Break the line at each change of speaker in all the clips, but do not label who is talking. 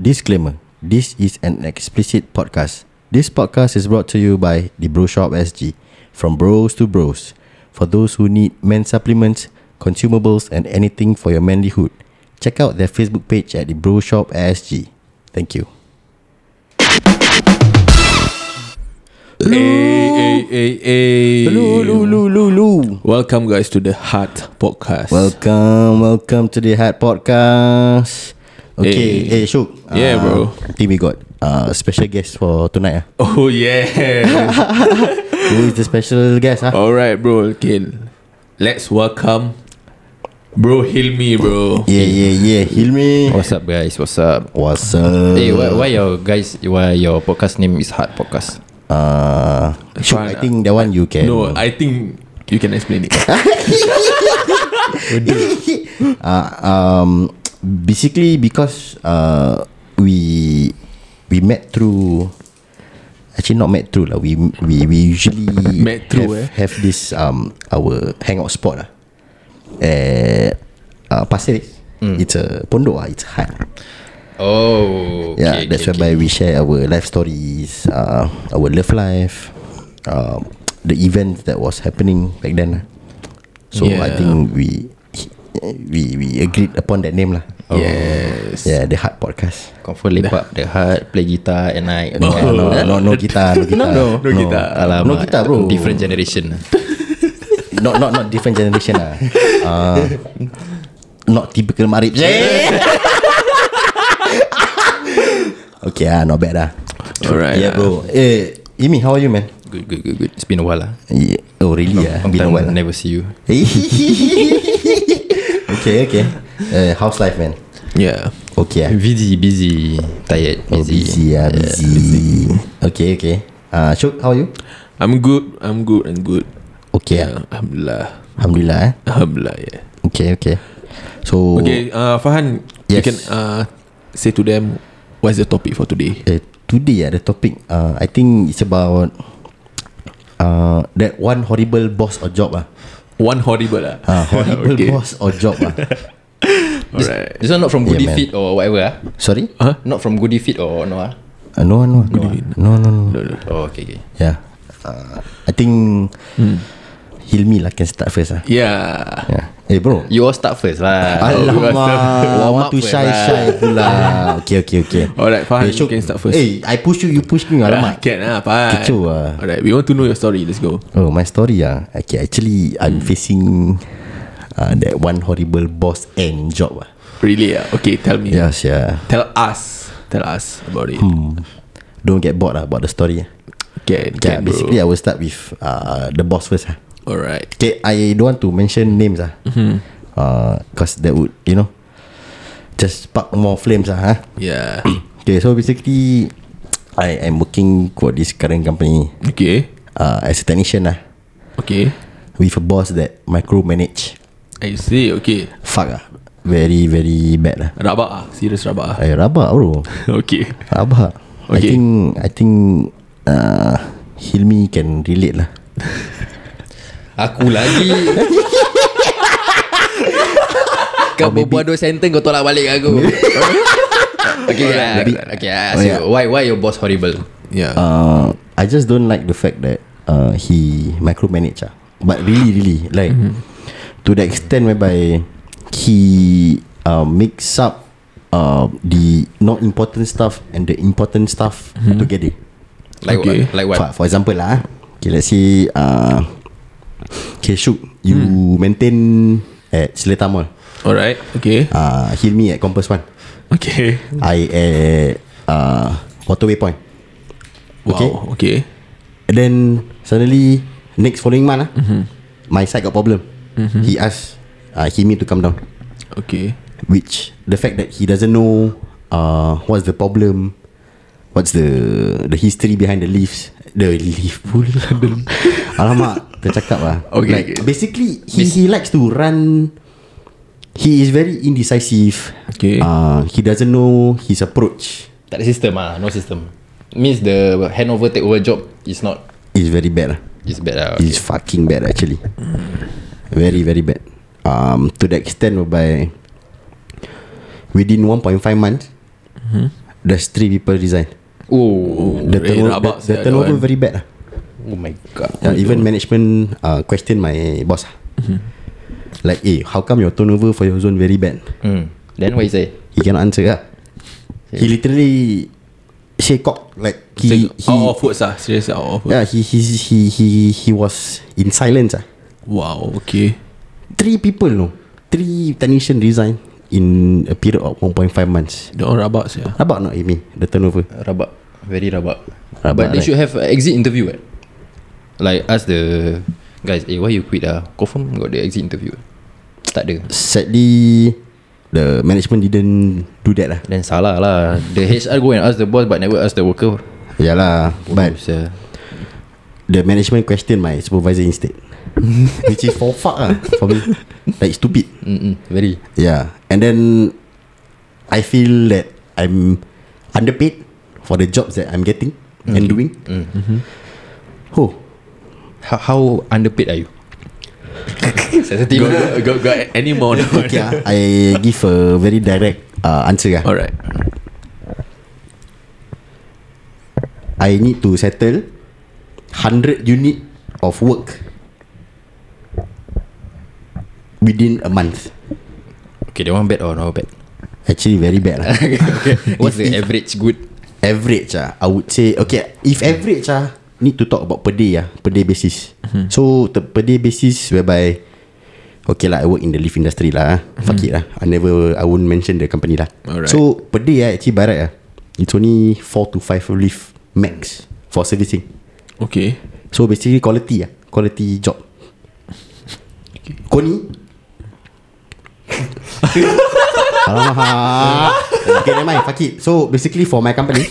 Disclaimer This is an explicit podcast. This podcast is brought to you by The Bro Shop SG, from bros to bros. For those who need men supplements, consumables, and anything for your manlyhood, check out their Facebook page at The Bro Shop SG. Thank you.
Hey, hey, hey, hey.
Lulu.
Welcome guys to the Heart Podcast.
Welcome, welcome to the Hat Podcast. Okay, hey,
Hey.
hey Shuk.
Yeah,
uh,
bro.
I think we got uh, special guest for tonight. ah.
oh yeah.
Who is the special guest? ah?
All right, bro. Okay, let's welcome Bro Hilmi, bro.
Yeah, yeah, yeah. Hilmi.
What's up guys? What's up?
What's up?
Eh,
Hey, why, why your guys why your podcast name is Hard Podcast?
Uh, Shuk,
Fine,
I think that one you can.
No, I think you can explain it.
uh, um, basically because uh, we we met through. Actually, not met through lah. We we we usually
Met through,
have,
eh?
have this um our hangout spot lah. At uh, Pasir Ris.
Hmm.
It's a pondok ah. It's hard.
Oh,
yeah, that's whereby we share our life stories, uh, our love life, uh, the events that was happening back then. lah. So I
Yeah.
think we we we agreed upon that name lah.
Yes.
Yeah, the Heart Podcast.
Confirm lepak the heart, play guitar at night. Kan?
No, no, no, no guitar, no guitar,
Oh. no, no guitar.
Alamak,
no guitar, bro.
Different generation.
Not not not different generation lah. Uh, not typical Marib. okay, ah, not bad lah.
Alright,
Yeah,
ah.
bro. Eh, Imi, how are you, man?
Good, good, good, good. It's been a while lah.
Yeah. Oh really
Long,
yeah
long
Been a
time
while
never see you.
Okay okay uh, How's life man
Yeah.
Okay ah
Busy, busy, tired,
Oh,
busy.
busy ah busy. Okay okay uh, Shuk how are you
I'm good. I'm good. I'm good.
Okay ah
Yeah. Alhamdulillah.
Alhamdulillah eh
Alhamdulillah. Yeah.
Okay okay So
Okay, uh, Fahan,
Oh.
you
Yes.
can uh, say to them what's the topic for today.
uh, Today ah the topic uh, I think it's about uh, That one horrible boss or job ah
One horrible lah.
uh, Horrible
Okay.
boss or job ah
Alright.
This one not from
Yeah,
Goody
man.
Fit or whatever ah.
Sorry
Not from Goody Fit or no ah.
uh, No no no ah. No no no
Oh, okay, okay.
Yeah uh, I think
Hmm.
Hilmi lah can start first ah
Yeah.
Yeah. Eh bro
You all start first lah.
Alamak I want
Ya, Warm up
to
first
shy
lah.
shy pula Okay okay okay
Alright, Farhan,
Shuk,
Oh, you can start first.
Eh I push you You push me
Ah,
Alamak
Can lah Faham
Kecoh lah.
Alright we want to know your story Let's go
Oh my story ah Okay actually I'm facing uh, That one horrible boss and job ah.
Really ah Okay tell me
Yeah yeah
Tell us Tell us about it
hmm. Don't get bored lah About the story ah. Okay,
Can can
basically I
bro
will start with uh, The boss first ah.
Alright
Okay I don't want to mention names ah, uh, Cause that would You know Just spark more flames ah. huh?
Yeah
Okay, so basically, I am working for this current company
Okay
uh, as a technician lah,
Okay
with a boss that micromanage.
I see okay
Fuck ah, very very bad lah.
Rabak ah Serious rabak ah
I rabak bro,
Okay
rabak. I
Okay.
think I think uh, Hilmi can relate lah.
Aku lagi Kau berbual dua sentence Kau tolak balik aku Okay lah
maybe-
Okay lah ask you Why why your boss horrible
Yeah
Uh, I just don't like the fact that uh, he micromanage ah. But really really like to the extent whereby he uh, mix up uh, the not important stuff and the important stuff together.
Like
Okay.
what Like what
For, for example lah, ah. okay, let's say uh, okay, Shuk, you maintain at Seletar Mall.
Alright Okay
Uh, Hilmi at Compass One.
Okay
I at uh, Waterway Point.
Wow Okay
And then suddenly next following month ah,
Mm-hmm.
my side got problem. He asked uh, Himi to come down,
Okay
which the fact that he doesn't know uh, what's the problem, what's the the history behind the leaves, the leaf pool. Alamak, tercakap lah.
Okay,
like,
okay.
Basically, he he likes to run. He is very indecisive.
Okay.
Uh, he doesn't know his approach.
Tak ada system ah No system Means the Handover takeover job Is not
Is very bad ah. lah.
Is bad lah
It's fucking bad actually. Very very bad. Um, to the extent whereby within 1.5 months, There's three people resign.
Oh,
The
Hmm? Eh,
turnover,
rabak
the, the
sia
turnover
that one.
very bad lah.
oh my god.
Yeah, even management uh, question my boss. ah.
Hmm.
Like, eh, how come your turnover for your zone very bad?
Mm. Then what you say?
He cannot answer lah. He literally shake cock like he
Say,
he
out of words lah Seriously out of words
yeah he he he he he was in silence ah.
Wow okay
Three people no, three technician resign in a period of 1.5 months.
Dia orang rabak sia
About not Amy the turnover.
Rabak. Very rabak.
Rabak,
But they
right?
should have a exit interview. Eh? Like ask the guys, eh why you quit ah? Confirm got the exit interview. Tak ada.
Sadly, the management didn't do that lah.
Then salah lah. The HR go and ask the boss but never ask the worker. uh,
Yeah lah, but
Bodoh sia.
the management question my supervisor instead, which is for fuck ah for me, like stupid.
Mm-mm, very.
Yeah, and then I feel that I'm underpaid for the jobs that I'm getting and doing. Mm-hmm. Oh,
How, how underpaid are you? Sensitive.
Got, got, got any more on that one?
okay. ah, I give a very direct uh, answer. ah.
Alright
I need to settle hundred unit of work within a month.
Okay, that one bad or no bad?
Actually, very bad lah.
okay. What's
If-
the
if-
average good?
average ah, I would say okay. If average ah, need to talk about per day ah, per day basis. So the per day basis whereby okay lah, I work in the leaf industry lah. ah. Fuck it lah. I never, I won't mention the company lah.
Alright.
So per day ah, actually barat ah, it's only four to five leaf max for servicing.
Okay
So basically quality ah, quality job. Kau ni Alamak Okay never mind Fuck it So basically for my company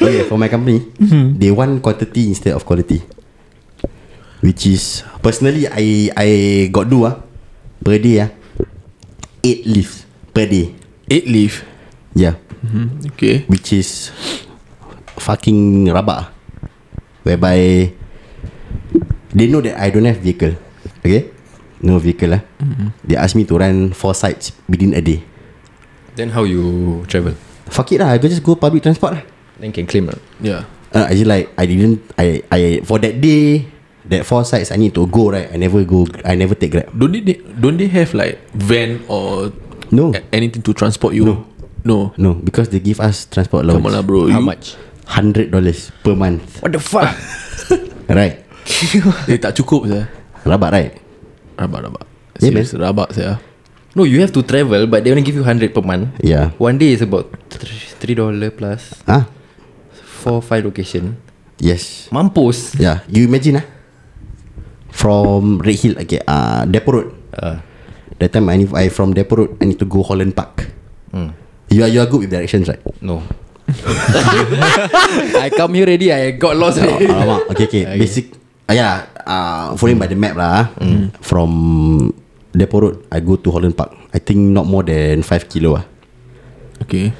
Okay for my company They want quantity instead of quality Which is Personally I I got do ah Per day ah 8 leaves Per day
Eight leave
Yeah
hmm, Okay
which is fucking rabak ah. whereby they know that I don't have vehicle okay no vehicle lah mm-hmm. they ask me to run four sites within a day
Then how you travel?
fuck it lah I go just go public transport lah
Then can claim lah.
Yeah
uh, I just like I didn't I I for that day that four sites I need to go right I never go I never take grab
Don't they Don't they have like Van or
No.
a- Anything to transport you No No
no because they give us transport
Come on lah
allowance
bro
How
you,
much?
hundred dollars per month
What the fuck?
right
Eh tak cukup saya
rabak right
Rabak rabak
Yeah, man.
Serius rabak saya
no, you have to travel but they only give you 100 per month.
yeah
One day is about thr- $3 dollar plus
ah
4 5 location.
yes
Mampus.
Yeah, you imagine ah. From Red Hill okay, uh, Depot Road.
Uh,
That time I, need, I from Depot Road, I need to go Holland Park. You are you are good with directions, right?
no. I come here already I got lost already.
Oh, Alamak, okay, okay. Basic, uh, yeah, uh, following by the map lah. ah. From Depot Road, I go to Holland Park. I think not more than five kilo ah,
Okay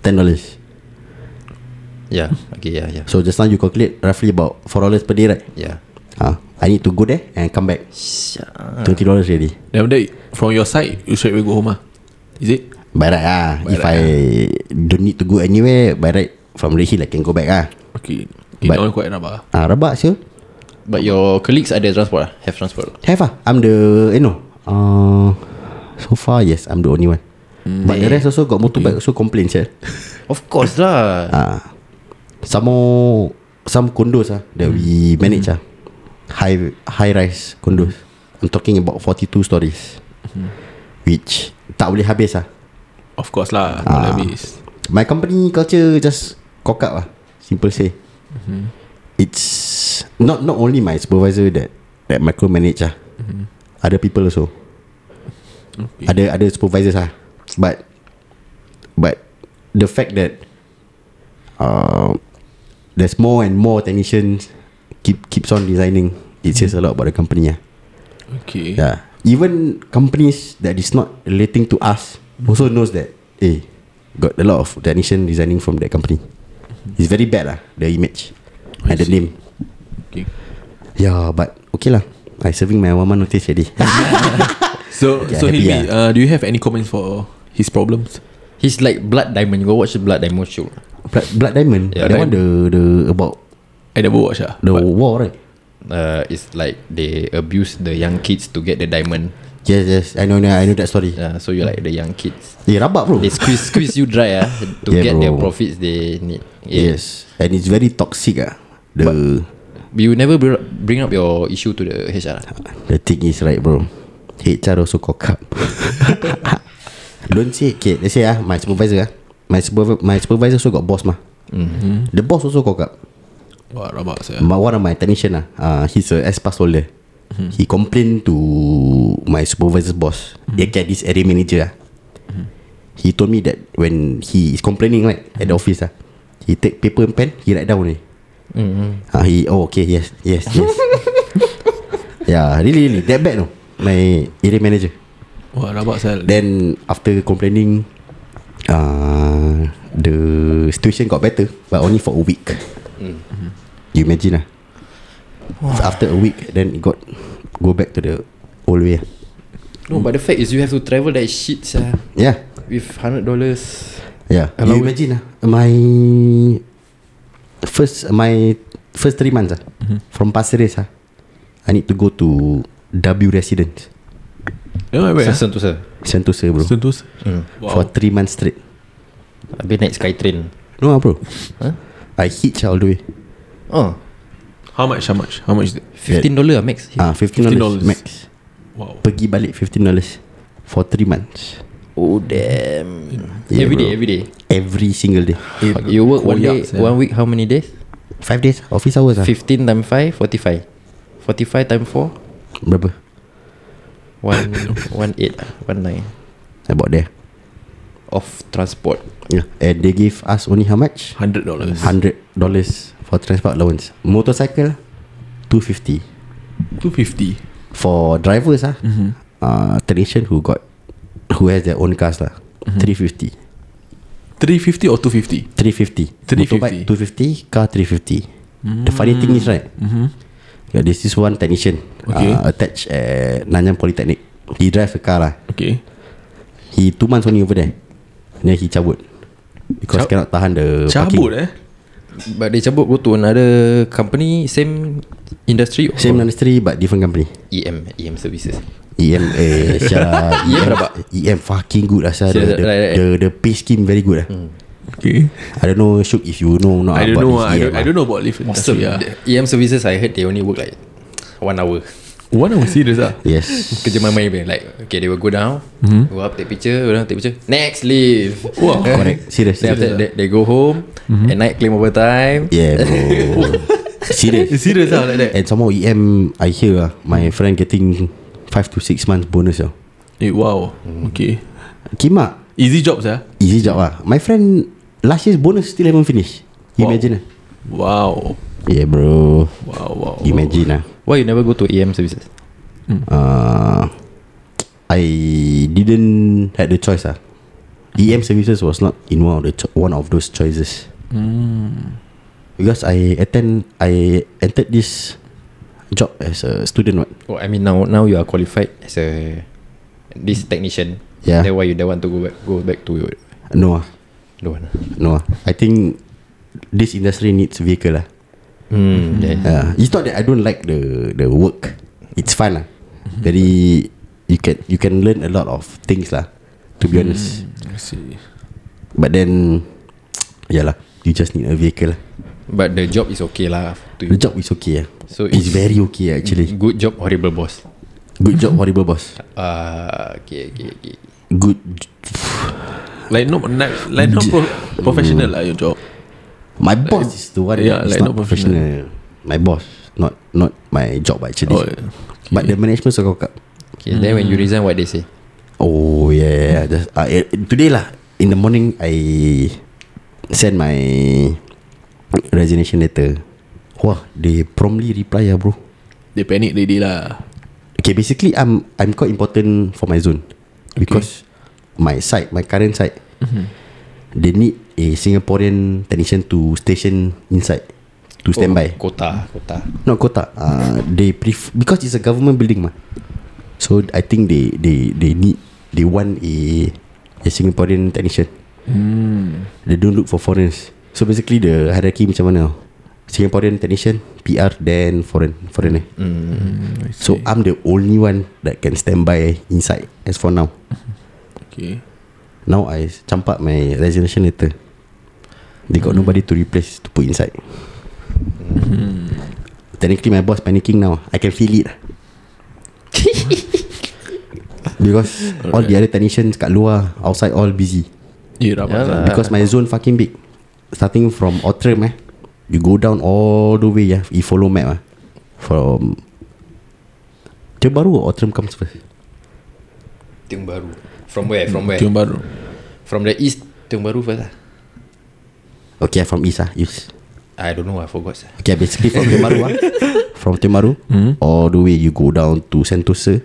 ten dollars.
Yeah. Okay, yeah, yeah.
So just now you calculate roughly about four dollars per day, right?
Yeah.
Ah, I need to go there and come back. Twenty dollars already.
Then after that From your side You straight away go home ah. Is it
By right ah, if I don't need to go anywhere, by right from Red Hill I can go back ah.
Okay Okay
But-
that one quite rabak ah.
Ah, rabak sure.
But your colleagues ada transport lah? Have transport lah?
Have ah, I'm the you know. Uh, so far yes, I'm the only one. But the rest also got motorbike also complain sure.
Of course lah.
Ah, some more some condos ah that we manage ah, high high rise condos. I'm talking about 42 stories, which tak boleh habis ah.
Of course lah Tak boleh habis
My company culture just cock up lah. Simple say. Mm-hmm. It's not not only my supervisor that that micromanage lah. Mm-hmm. Other people also.
Okay.
Ada ada supervisors lah. But but the fact that uh, there's more and more technicians keep keeps on designing. It says a lot about the company lah.
Okay
Yeah. Even companies that is not relating to us also knows that. Eh, got a lot of technician resigning from that company. It's very bad lah the image
I
and the
see.
name.
Okay
Yeah, but okay lah. I serving my one month notice already.
So
Okay,
so
happy
Hilmi, uh, do you have any comments for his problems?
He's like Blood Diamond. You go watch the Blood Diamond show.
Blood, Blood Diamond yeah,
Yeah,
That one the, the About
I never watch ah.
the war right
Uh, it's like they abuse the young kids to get the diamond.
Yes yes I know I know that story
Uh, so you're like the young kids.
Eh rabak bro
They squeeze squeeze you dry ah to
Yeah,
get
bro.
their profits they need. Yeah.
Yes And it's very toxic ah. The
You never br- bring up your issue to the ah? HR.
The thing is right bro HR also cock up Don't say okay, Let's say ah, My supervisor ah, my, supervisor, my supervisor also got boss mah mm-hmm. The boss also cock up
Wah rabak saya.
my, one of my technician lah, uh, he's a S pass holder. Mm-hmm. He complained to my supervisor's boss, mm-hmm. okay, this area manager lah. Mm-hmm. He told me that when he is complaining right mm-hmm. at the office lah, he take paper and pen, he write down only. Mm-hmm. Uh, he oh okay yes yes yes. yeah really really that bad no my area manager.
Wah rabak saya.
Then after complaining, uh, the situation got better, but only for a week. You imagine lah. So after a week, then it got go back to the old way. ah.
No, but the fact is you have to travel that shit sah,
Yeah,
with hundred dollars.
yeah.
Allow
you
it.
imagine lah. My first my first three months ah from Pasir Ris ah, I need to go to W Residence
Yeah, where?
Where?
ah?
Sentosa.
Sentosa bro
Sentosa.
Hmm.
for three months straight.
Habis naik Skytrain.
No ah bro,
Huh?
I hitch all the way.
Oh,
How much? How much? How much? Is it?
fifteen dollar max.
Ah, fifteen dollars
$15.
max.
Wow.
Pergi balik fifteen dollars for three months.
Oh damn.
Yeah,
every day,
bro.
every day.
Every single day. Eh,
You work one day,
koyak sia.
one week. How many days?
Five days office hours lah.
Fifteen times five, forty-five. Forty-five times four,
Berapa?
one, one eight, one nine
About there.
of transport.
Yeah. And they give us only how much?
Hundred dollars.
Hundred dollars for transport allowance. Motorcycle, two fifty.
Two fifty.
For drivers ah, mm-hmm. uh, technician who got who has their own cars lah, three fifty.
Three fifty or two fifty?
350
350.
Motorbike 250 Car 350
Hmm.
mm. The funny thing is right mm-hmm. yeah, There's this one technician
Okay.
uh, Attached at Nanyang Polytechnic He drives a car lah
Okay.
He two months only over there Then he cabut Because
Cab-
cannot tahan the
Cabut eh?
But they cabut go to another company, same industry. or
parking Same industry but different company
EM, EM E services.
EM eh Syah
E
EM
EM,
rabak.
EM fucking good lah Syah the,
Serious,
the,
right, right.
the, the pay scheme very good lah mm.
Okay.
I don't know Syuk if you know or not
Hmm. I don't
about
know.
this
ah. I
EM
don't, I
ah.
don't know about lift
So
industry. Yeah.
EM E services, I heard they only work like one hour.
One hour serious ah.
Yes
Kerja main-main punya, like Okay they will go down Go up take picture Go down take picture Next leave
Wow.
Correct Serious
Then after that, they, they go home At night claim overtime
Yeah bro Serious
It's serious ah like that.
And some more EM I hear uh, My friend getting 5 to 6 months bonus uh.
Eh, wow. Okay.
Kimak
Easy jobs ah.
Easy job lah My friend Last year's bonus Still haven't finish You
Wow.
Imagine lah
Wow.
Yeah bro
Wow. Wow. wow.
Imagine lah
Why you never go to EM services?
uh, I didn't Had the choice ah. EM services was not In one of the cho- One of those choices Hmm. Because I attend I entered this Job as a student what
Oh I mean now now you are qualified As a This technician
Yeah.
Then why you don't want to go back Go back to your
No ah.
Don't want
No ah. I think This industry needs vehicle lah
Hmm yeah.
Yeah, it's not that I don't like the the work. It's fun lah. Very you can you can learn a lot of things lah. To be honest,
I see.
but then yeah lah. You just need a vehicle lah.
But the job is okay lah to
The
you.
job is okay. ah.
So
it's
it's- Mm-hmm.
very okay ah, actually.
Good job horrible boss
Good job, horrible boss.
Ah, Okay okay okay
Good.
Like no, not, like not pro- professional lah your job.
My boss is the one. that
yeah,
is
like
not
not
professional. My boss, not not my job actually.
Oh, yeah.
But the management so kakak.
Okay then when you resign what they say
Oh yeah, yeah, yeah. Just, uh, eh, today lah in the morning I send my resignation letter. Wah, they promptly reply ya bro.
They panic ready lah.
Okay, basically I'm I'm quite important for my zone because my site, my current site, they need a Singaporean technician to station inside to
Oh.
stand by.
Kota Kota
Ah, Not Kota. Uh, they pref- because it's a government building mah. So I think they they they need they want a a Singaporean technician.
Hmm.
They don't look for foreigners. So basically the hierarchy macam mana? Singaporean technician, PR then foreign foreigner.
Mm, I
So
see.
I'm the only one that can stand by inside as for now.
okay.
Now I campak my resignation letter. They got nobody to replace to put inside. Technically my boss panicking now. I can feel it. Because all the other technicians kat luar outside all busy.
Yeah, rabak
Yalah.
yeah,
Because my zone fucking big. Starting from Outram eh. You go down all the way yeah. You follow map ah. From Tiong Bahru or Outram comes first?
Tiong Bahru From where From where
Tiong Bahru.
From the east Tiong Bahru first lah
Okay from East ah. East.
I don't know I forgot sah.
Okay basically from Tiong Bahru ah. From Tiong Bahru mm. All the way you go down to Sentosa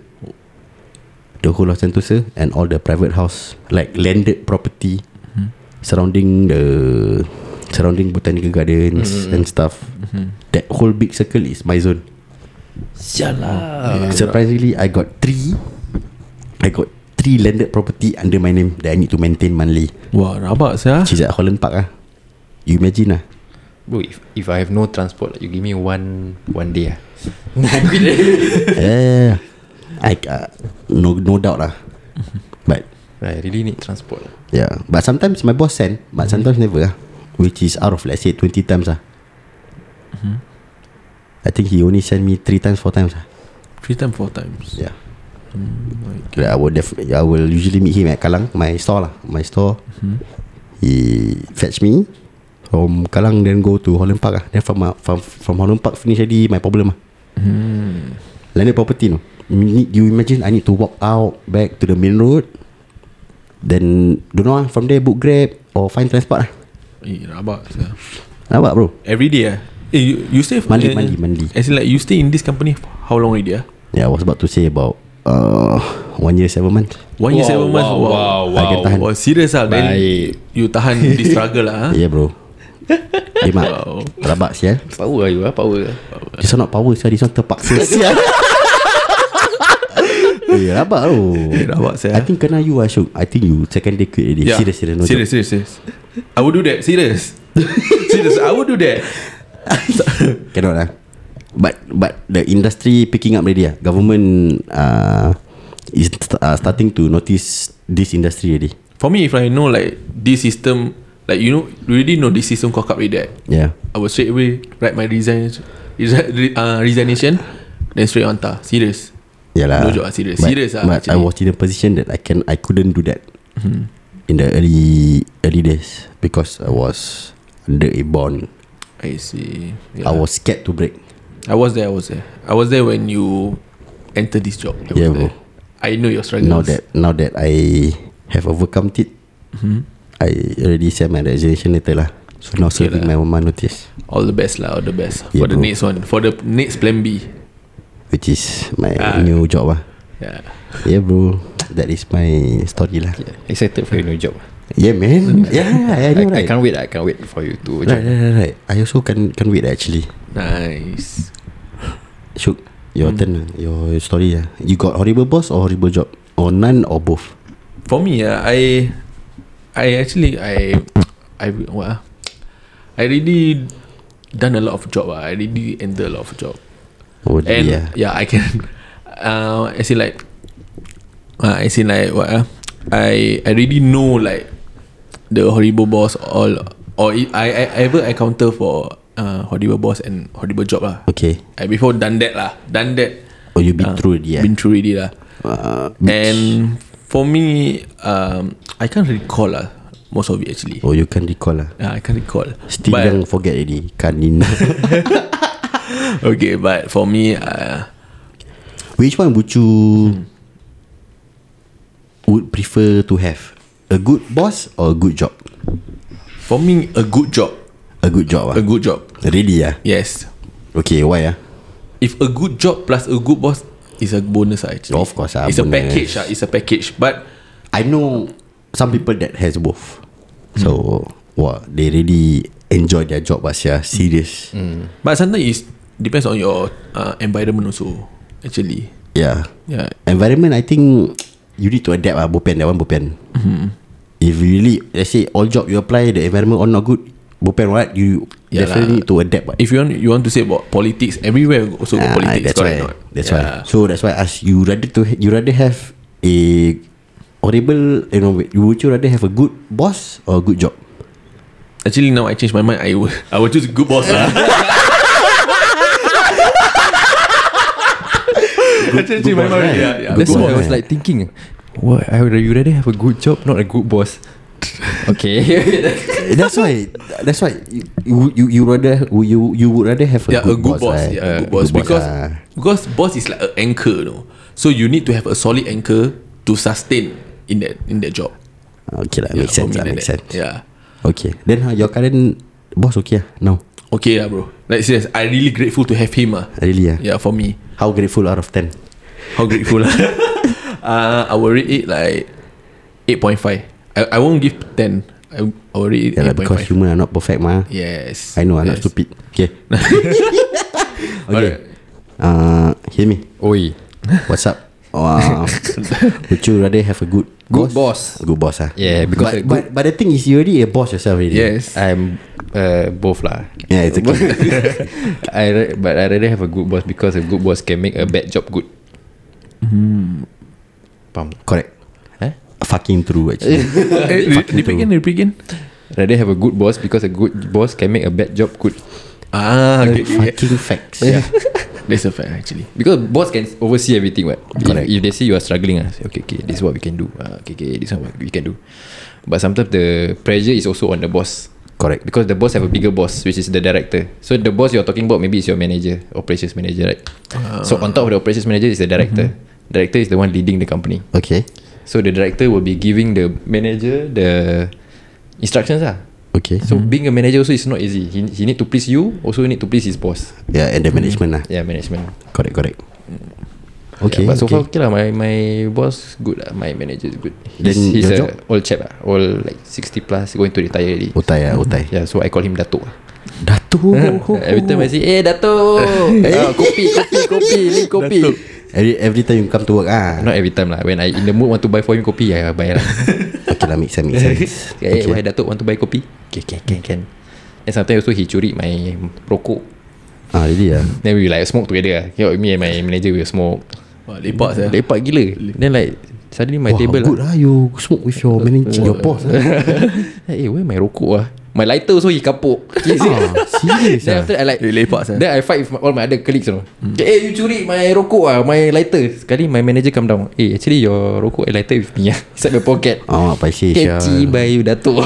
The whole of Sentosa And all the private house Like landed property mm. Surrounding the Surrounding botanical gardens mm. And stuff mm-hmm. That whole big circle is my zone
Sialah
Surprisingly I got three I got three landed property Under my name That I need to maintain monthly
Wah, rabak sah.
Which is at Holland Park ah. You imagine lah
Bro if, if I have no transport You give me one One day lah
yeah. Eh. I uh, no no doubt lah. But
I really need transport lah
yeah, but sometimes my boss send, but sometimes never lah. Which is out of let's say 20 times lah. I think he only send me three times, four times lah.
Three times, four times. Mm,
Yeah. Like I will def- I will usually meet him at Kalang, my store lah, my store. He fetch me from Kalang then go to Holland Park lah. Then from uh, from from Holland Park finish jadi my problem lah. Landed property no. You need- You imagine I need to walk out back to the main road. Then don't know ah from there book Grab or find transport lah.
Eh, rabak sah.
Nampak bro?
Every day eh? Eh, you, you stay for-
Monthly,
eh,
monthly, monthly.
As in like you stay in this company for how long already ah?
Yeah, I was about to say about uh, one year seven months.
One year
Wow,
seven months.
wow,
Wow,
wow,
I can
wow.
tahan.
Wah, serious ah. Then
Baik.
you tahan this struggle lah. ah.
Yeah bro. Eh mak, rabak sial.
Power lah you lah Power lah
This one not power sial This one terpaksa sial Eh rabak tu
Eh, rabak sial. Ya.
I think kena you lah Syuk I think you second day quit already yeah. Serious serious no
serious,
serious.
serious, serious. I would do that. Serious. serious. I would do that.
Joke. Cannot lah But but the industry picking up already lah Government uh, is st- uh, starting to notice this industry already
For me, if I know like this system, like you know, you already know this system cock up with that.
Yeah
I will straight away write my resign, resi- re- uh, resignation, then straight on ta. Serious.
Yalah
No joke ah, serious.
but,
Serious ah,
But I
actually.
was in a position that I can I couldn't do that
Mm-hmm.
In the early early days Because I was under a bond
I see.
I was scared to break
I was there. I was there. I was there when you enter this job. I was
Yeah, bro.
there. I know your struggles.
now that now that I have overcome it,
Mm-hmm.
I already sent my resignation letter lah. So now
Okay
serving
lah.
my one month notice,
all the best lah, all the best
Yeah,
for the
bro.
next one, for the next plan B.
which is my
Ah.
new job lah.
Yeah.
Yeah bro, that is my story lah.
yeah. Excited for your new job
Yeah, man. yeah, yeah, yeah, I
I,
know
I
right.
can't wait I can't wait for you to
right, right, right, right. I also can can wait actually.
Nice.
Shook, your
Hmm.
turn lah. Your story lah. You got horrible boss or horrible job or none or both.
For me, uh, I, I actually, I, I, what, ah? I really done a lot of job. ah. I really enter a lot of job.
Oh
And
yeah.
yeah, I can. Uh, I see like, uh, I see like what? Uh, I I already know like the horrible boss all or it, I I I ever encounter for uh, horrible boss and horrible job lah.
Okay.
I before done that lah, done that.
Oh you been
Ah,
through it yeah.
Been through already lah.
uh,
And for me, um, I can't recall lah most of it actually.
oh you can recall lah.
Uh, I can't recall.
Still
But-
yang forget already. Kanin.
Okay, but for me, uh,
Which one would you would prefer to have? A good boss or a good job?
for me, a good job,
A good job ah.
a good job.
Really ah.
Yes,
Okay, why ah?
if a good job plus a good boss is a bonus ah, actually.
Of course ah,
It's a
bonus.
package ah, It's a package. But
I know some people that has both. So, wah, they really enjoy their job ah sia. Serious.
Mm. but sometimes it depends on your uh, environment also. Actually,
Yeah.
Yeah.
Environment, I think you need to adapt ah. Bopian, that one bopian. Mm-hmm. If you really, let's say all job you apply, the environment all not good, bopian what? You
Yeah
definitely
lah.
need to adapt. ah. What.
If you want you want to say about politics, everywhere also got
Ah,
politics.
That's why.
correct or not?
That's
yeah.
why. So that's why I ask you rather to ha-, you rather have a horrible you know wait, would you rather have a good boss or a good job?
Actually now I change my mind. I will I will choose good boss ah. lah. Actually change my
boss,
mind.
right?
Yeah, yeah.
That's
Good
what
boss.
I was like thinking. What? I would you rather have a good job, not a good boss. okay.
Eh, that's why that's why you you you rather you you would rather have a,
yeah,
good,
a good boss.
right?
Yeah, a good boss. because
ah.
because boss is like an anchor, you know. So you need to have a solid anchor to sustain in that in that job.
okay lah,
Yeah,
makes sense lah,
for me like
makes
that.
sense.
Yeah.
Okay, then how your current boss okay ah now?
Okay lah, bro. Like serious, I really grateful to have him ah.
Really ah?
Yeah, for me.
How grateful out of ten?
How grateful lah. uh, I will rate it like 8.5. I, I won't give 10. I, I will rate it
Yeah, lah, because
8.5.
human are not perfect mah.
yes.
I know, I'm not
yes.
stupid. Okay. okay.
Alright.
Uh, hear me.
Oi.
What's up? Wow. Would you rather have a good
Good boss.
Good boss ah.
Yeah, because
but,
a good-
but but the thing is, you already a boss yourself already.
Yes.
I'm uh, both lah.
Yeah, it's okay.
I ra- but I rather have a good boss because a good boss can make a bad job good. Hmm. Faham?
Correct.
Eh?
Fucking true actually.
Eh, re-
Fucking
repeat again, repeat again.
Rather have a good boss because a good boss can make a bad job good.
Ah, okay.
Fucking facts.
yeah. That's a fact actually.
Because boss can oversee everything, what?
Correct.
If, if they see you are struggling, ah, say, okay, okay, this is what we can do. Ah, okay, okay, this is what we can do. But sometimes the pressure is also on the boss.
Correct.
Because the boss have a bigger boss, which is the director. So the boss you're talking about maybe is your manager, operations manager, right?
Ah.
so on top of the operations manager is the director.
Mm-hmm.
Director is the one leading the company.
Okay.
So the director will be giving the manager the instructions lah.
Okay.
So being a manager also is not easy. He, he need to please you, also need to please his boss.
Yeah, and the management lah.
Yeah, management.
Correct, correct. Okay.
yeah, but so
okay.
far okay lah. My my boss good lah. My manager is good. He's,
Then
he's
your
a
job?
old chap lah. Old like 60 plus going to retire already.
Otai ah, otai.
Yeah, so I call him Datuk. lah.
Datuk.
Every time I say, eh Datuk,
Eh?
ah, kopi, kopi, kopi, ni kopi.
Every every time you come to work ah.
Not every time lah. When I in the mood want to buy for him kopi, I buy lah.
Okay lah, make sense, make sense.
Eh,
Okay.
why Datuk want to buy kopi? Okay, can, can, can. And sometimes also he curi my rokok.
Ah, really ah.
Then we like smoke together lah. You know, me and my manager will smoke.
Wah, lepak eh. saya.
Lepak gila. Then like, suddenly my
Wah,
table
good
lah.
lah. You smoke with your manager, your boss. ah.
Eh, where my rokok lah? My lighter also he kapuk. Okay, see?
Ah, serious
Then
ah.
after that, I like
Eh, lepak sia.
Then I fight with my, all my other colleagues you know.
Hmm.
Eh you curi my rokok ah My lighter Sekali my manager come down Eh actually your rokok and lighter with me ah Inside my pocket
Awak paisi
Keci by you Datuk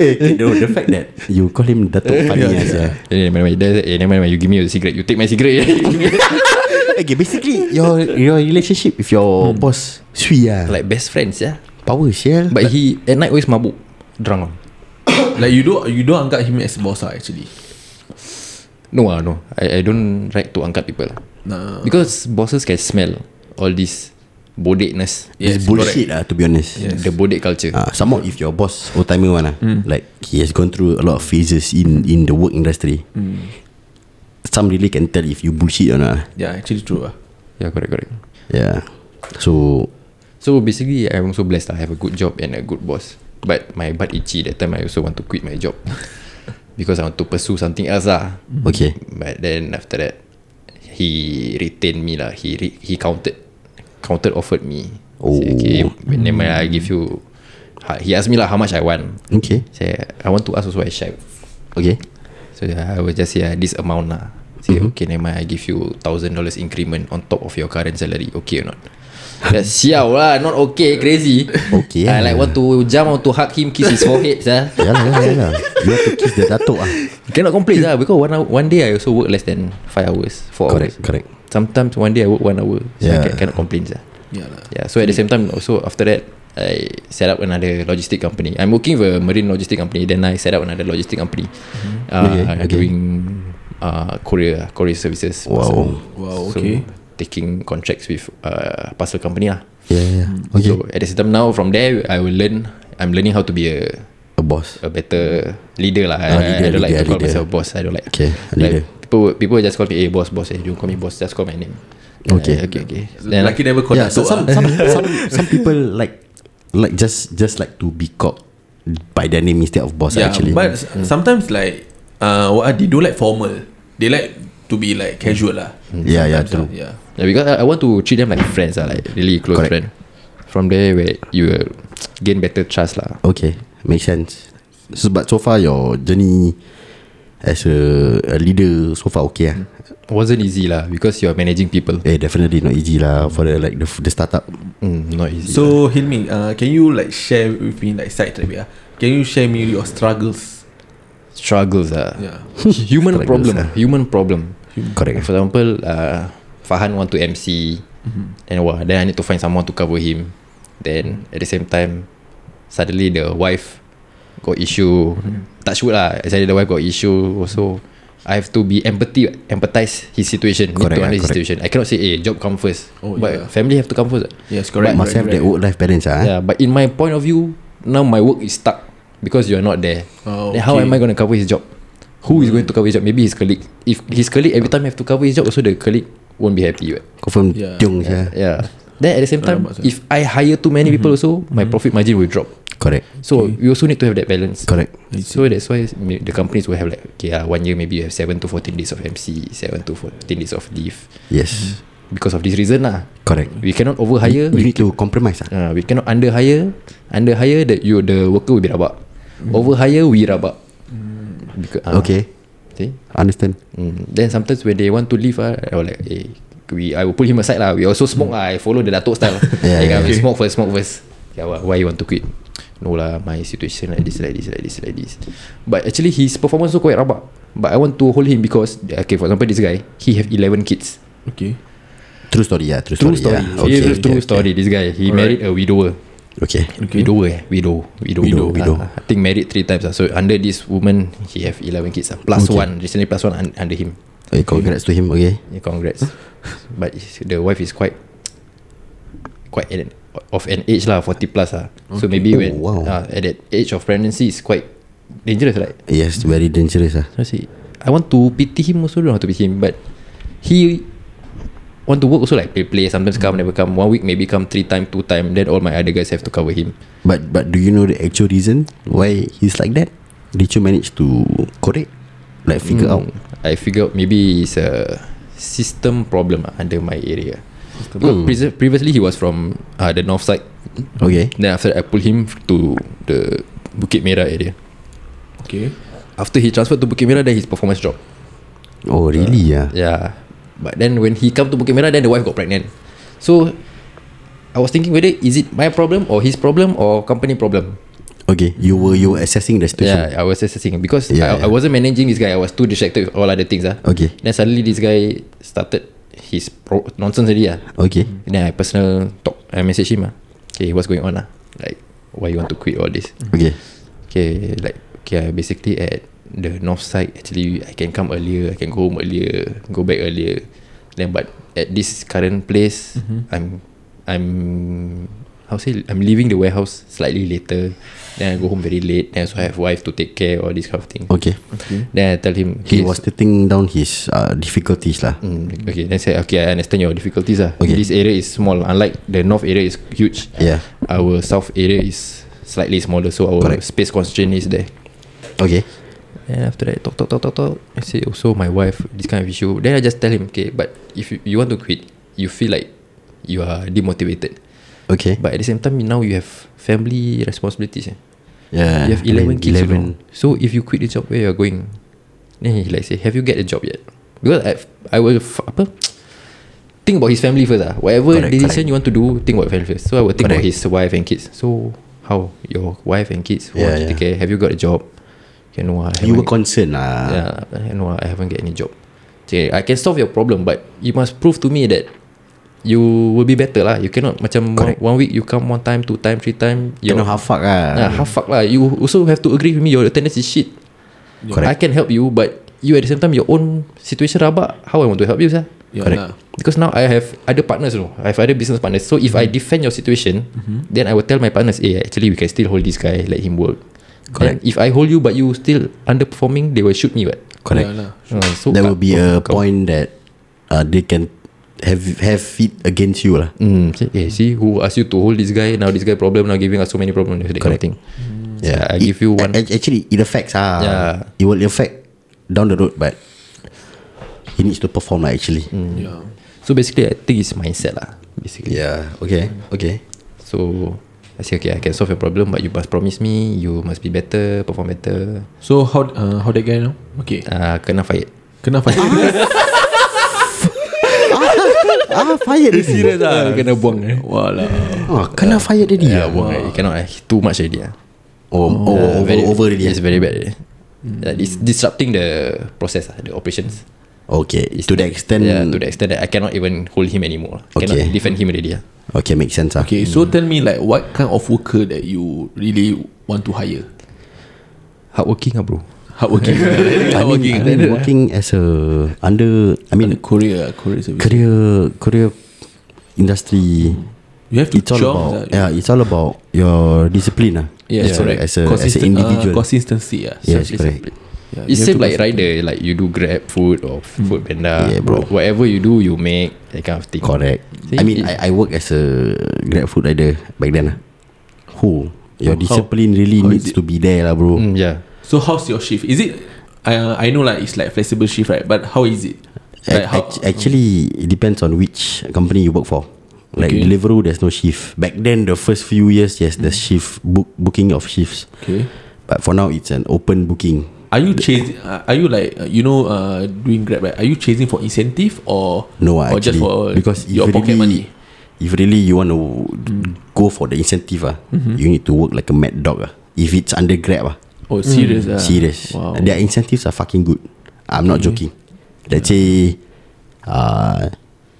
Eh, no, the fact that you call him Datuk ah. funny lah, yeah, yeah.
Eh never mind Then I said, Eh never mind You give me your cigarette You take my cigarette
Okay, basically your your relationship with your hmm. boss sui ah. Like
Like best friends yeah
power shell.
But he at night always mabuk Drunk ah.
Like you don't you don't angkat him as boss lah actually.
No ah no I, I don't like to angkat people lah.
Nah.
Because bosses can smell All this Bodekness
it's
Yes,
bullshit lah to be honest. Yeah.
The bodek culture
Uh, some more if your boss old timer one ah, like he has gone through a lot of phases in in the work industry. Some really can tell if you bullshit or not.
Yeah, actually true ah.
Yeah correct correct
Yeah. So
So basically I'm also blessed lah. I have a good job and a good boss But my butt itchy That time I also want to quit my job Because I want to pursue something else lah
okay.
But then after that He retained me lah He re- he counted Counted offered me
Oh.
Say, Okay Never mind I give you Ha- He asked me lah how much I want
Okay.
Say I want to ask also I share
Okay.
So yeah, I will just say uh, this amount lah. Say okay, never mind. I give you thousand dollars increment on top of your current salary. Okay or not? That's siao lah, not okay, crazy.
Okay, yeah.
I like want to jump, want to hug him, kiss his forehead, sah.
Yeah lah, yeah lah, yeah lah. You have to kiss the datuk ah.
Cannot complain lah because one hour, one day I also work less than five hours, four
Correct,
hours.
correct.
Sometimes one day I work one hour, so
Yeah.
I can, cannot complain, sah.
Yeah lah.
Yeah. So
Hmm.
at the same time, also after that, I set up another logistic company. I'm working with a marine logistic company. Then I set up another logistic company.
Mm-hmm.
Uh,
Okay, okay.
Doing uh, courier courier services.
Wow.
Wow, okay.
So, taking contracts with uh, parcel company lah.
Yeah, yeah. Okay.
So at the same time now, from there, I will learn. I'm learning how to be a
a boss.
a better leader lah. I,
Ah, leader,
I don't like
leader,
to call
leader.
myself boss. I don't like.
Okay, a leader.
like People would- people would just call me, hey boss, boss. Eh. Don't call me boss, just call my name. Then
Okay.
I, okay, okay.
Then
Then
Lucky never call
yeah,
yeah,
so some, some, some, some people like like just just like to be called by their name instead of boss
yeah,
actually. Hmm.
But sometimes like uh, what are, they don't like formal. They like to be like casual lah.
Hmm. Mm. Yeah, yeah,
Sometimes
true.
lah, Yeah.
Yeah, because I, I want to treat them like friends, lah, like really close
Correct.
friend. From there, where you will gain better trust, lah.
okay, makes sense. So, but so far your journey as a, a leader so far okay ah.
Hmm.
Wasn't easy, lah, because you're managing people.
Eh, definitely not easy lah for the like the, f- the startup.
Mm, not easy.
So Hilmi, uh, can you like share with me like side trip? Yeah. Can you share me your struggles?
struggles, ah.
Yeah.
Human
Struggles,
problem.
ah.
Human problem.
Correct.
For example, uh, Fahan want to MC,
Mm-hmm.
then wah, then I need to find someone to cover him. Then at the same time, suddenly the wife got issue. Touch wood lah. Suddenly the wife got issue. Also, I have to be empathy, empathize his situation.
Correct,
Correct, need to
yeah,
understand his
correct.
situation. I cannot say, eh, job come first.
Oh,
but
yeah.
family have to come first.
Yes, correct.
Must have
correct,
their work life balance ah.
Yeah, but in my point of view, now my work is stuck because you are not there.
Oh,
Then how
okay.
am I going to cover his job? Who is going to cover his job? Maybe his colleague. If his colleague every time have to cover his job, also the colleague won't be happy. Right?
Confirm
Yeah.
tiung yeah.
Yeah. Then at the same time,
Alamak, sir.
if I hire too many
Mhm.
people, also my profit margin will drop.
Correct.
So we also need to have that balance.
Correct.
So that's why ma- the companies will have like okay, uh, one year maybe you have seven to fourteen days of MC, seven to fourteen days of leave
Hmm.
Yes.
because of this reason lah.
Correct.
We cannot overhire.
You need to compromise ah.
Uh, we cannot under hire. Under hire that you the worker will be rabak. Over hire we rabak. Because, uh,
Hmm. Okay.
See?
Understand.
Mm. Then sometimes when they want to leave ah, I will like, eh, we I will pull him aside lah. We also smoke lah. I follow the datuk style.
Hmm. Yeah,
yeah,
yeah,
yeah, We
okay.
smoke first, smoke first. Yeah, why, why you want to quit? No lah, my situation like this, like this, like this, like this. But actually his performance also quite rabak. But I want to hold him because okay, for example, this guy he have 11 kids.
Okay.
True story yeah. True,
True
story.
story.
Yeah. Okay,
Real
okay,
true
okay.
story. This guy he married a widower.
Okay.
Okay.
Widow eh Widow Widow,
Widow,
Ah,
widow.
I think married three times ah. So under this woman He have 11 kids ah. Plus one Recently plus one un- Under him
Eh, congrats to him. Okay.
yeah, Congrats But is- the wife is quite Quite at an, Of an age lah 40 plus lah So maybe
Oh,
when
wow.
ah, At that age of pregnancy Is quite Dangerous right
Yes, very dangerous ah.
So I say I want to pity him also Don't know how to pity him But He Want to work also like play play Sometimes come never come One week maybe come Three time two time Then all my other guys Have to cover him
But but do you know the actual reason why he's like that? Did you manage to correct, like figure
Hmm.
out?
I figure out maybe it's a system problem ah under my area. Because prese- previously he was from uh, the north side.
Okay.
Then after that I pulled him to the Bukit Merah area.
Okay.
After he transferred to Bukit Merah, then his performance dropped.
Oh really yeah.
Yeah. But then when he come to Bukit Merah, then the wife got pregnant. So I was thinking whether is it my problem or his problem or company problem.
Okay, you were you were assessing the situation.
Yeah, I was assessing because
Yeah, yeah.
I, I wasn't managing this guy. I was too distracted with all other things. Ah.
Okay.
Then suddenly this guy started his pro- nonsense already. Ah.
Okay.
Then I personal talk. I message him. Ah. Okay, what's going on? Ah? Like, why you want to quit all this?
Okay.
Okay, like, okay, I basically at the north side, actually, I can come earlier. I can go home earlier. Go back earlier. Then, but at this current place,
Mm-hmm.
I'm, I'm, how say, I'm leaving the warehouse slightly later. Then I go home very late. Then I also have wife to take care, all this kind of thing.
Okay.
Then I tell him,
He
okay,
was stating down his uh, difficulties lah.
Mm, okay, then say okay. I understand your difficulties ah.
Okay.
This area is small. Unlike the north area is huge.
Yeah.
Our south area is slightly smaller, so our
Correct.
space constraint is there.
Okay.
And after that, talk, talk, talk, talk, talk. I say also my wife this kind of issue. Then I just tell him okay, but if you, you want to quit, you feel like you are demotivated.
Okay.
But at the same time, now you have family responsibilities. Eh?
yeah.
you have eleven
I mean,
kids. 11.
11.
So if you quit the job, where you're going? Then he like say, have you get a job yet? Because I, I will f- apa, think about his family first ah. Whatever
Correct,
decision
correct.
you want to do, think about family first. So I will think about
Correct.
his wife and kids. So how your wife and kids? Who
Yeah,
yeah,
yeah.
yeah. Take care? Have you got a job? You know, I
You
haven't
were concerned ah. lah.
yeah, I know I haven't get any job. Okay, I can solve your problem, but you must prove to me that you will be better lah. You cannot macam one,
Correct.
one week you come one time, two time, three time.
You
your-
know how fuck lah.
Ah, half fuck lah. You also have to agree with me. Your attendance is shit.
Correct.
I can help you, but you at the same time your own situation rabak. How I want to help you, sir?
Yeah,
Correct.
lah.
Because now I have other partners, you know. I have other business partners. So if I
Mm-hmm.
defend your situation, then I will tell my partners, hey, actually we can still hold this guy, let him work.
Correct.
Then if I hold you but you still underperforming, they will shoot me, what?
Correct.
Yeah lah.
Uh, so
there
kat-
will be a
oh, kau-
point that uh, they can have have it against you lah.
Mm, see, eh, see who asked you to hold this guy now this guy problem now giving us so many problem that kind of thing. Hmm. Yeah,
Mm.
I
It-
give you one.
act- Actually, it affects ah.
Yeah.
It will affect down the road, but he needs to perform lah. Actually.
Hmm.
Yeah.
So basically I think it's mindset lah basically.
Yeah. Okay. Okay.
So I say okay I can solve your problem but you must promise me you must be better perform better.
So how uh, how that guy now? Okay.
Uh, kena fight.
Kena fight.
ah, fired already.
lah Kena buang eh.
Walah.
Ah, kena fired already. Yeah.
Yeah, buang eh. You cannot eh. Too much already ah.
Oh, oh,
Uh,
over, over already. eh? Hmm.
It's
Yes.
very bad already. Like, it's disrupting the process ah, the operations.
Okay.
It's-
to the extent.
yeah, to the extent that I cannot even hold him anymore.
Okay.
Cannot defend him already ah.
Okay, makes sense ah.
Okay, so tell me like what kind of worker that you really want to hire?
Hardworking ah bro.
Hardworking.
I mean,
Hardworking.
I mean
eh?
working as a under. I mean,
Korea, Korea service.
career career industry.
You have to
It's all
jump.
about
yeah.
yeah. It's all about your discipline lah.
Yes,
as a,
correct.
as a, as an
Consistent-
individual.
Uh, consistency, yeah.
yes, correct.
Yeah, you
It's same
have to
like rider Like you do grab food Or food panda
Hmm. Yeah, bro.
Whatever you do You make That kind of thing
Correct.
See,
I mean,
it-
I, I work as a grab food rider back then lah. Who your
How-
discipline really
how is
needs
it?
to be there lah, bro.
mm, Yeah
So how's your shift? Is it? I uh, I know like it's like flexible shift, right? But how is it?
Ac-
Like how?
act- actually, it depends on which company you work for. Like
Okay.
Deliveroo, there's no shift. Back then, the first few years, yes, there's shift book booking of shifts.
okay.
But for now, it's an open booking.
Are you chasing? Uh, are you like uh, you know uh, doing grab? Right? Are you chasing for incentive or
No,
or
ah, actually,
just for uh,
because if
your
really,
pocket money? Mm.
If really you want to go for the incentive, ah,
Mm-hmm.
you need to work like a mad dog. Ah, if it's under grab, ah,
Oh, serious. ah.
serious.
Wow.
Their incentives are fucking good. I'm not joking. Let's say, uh,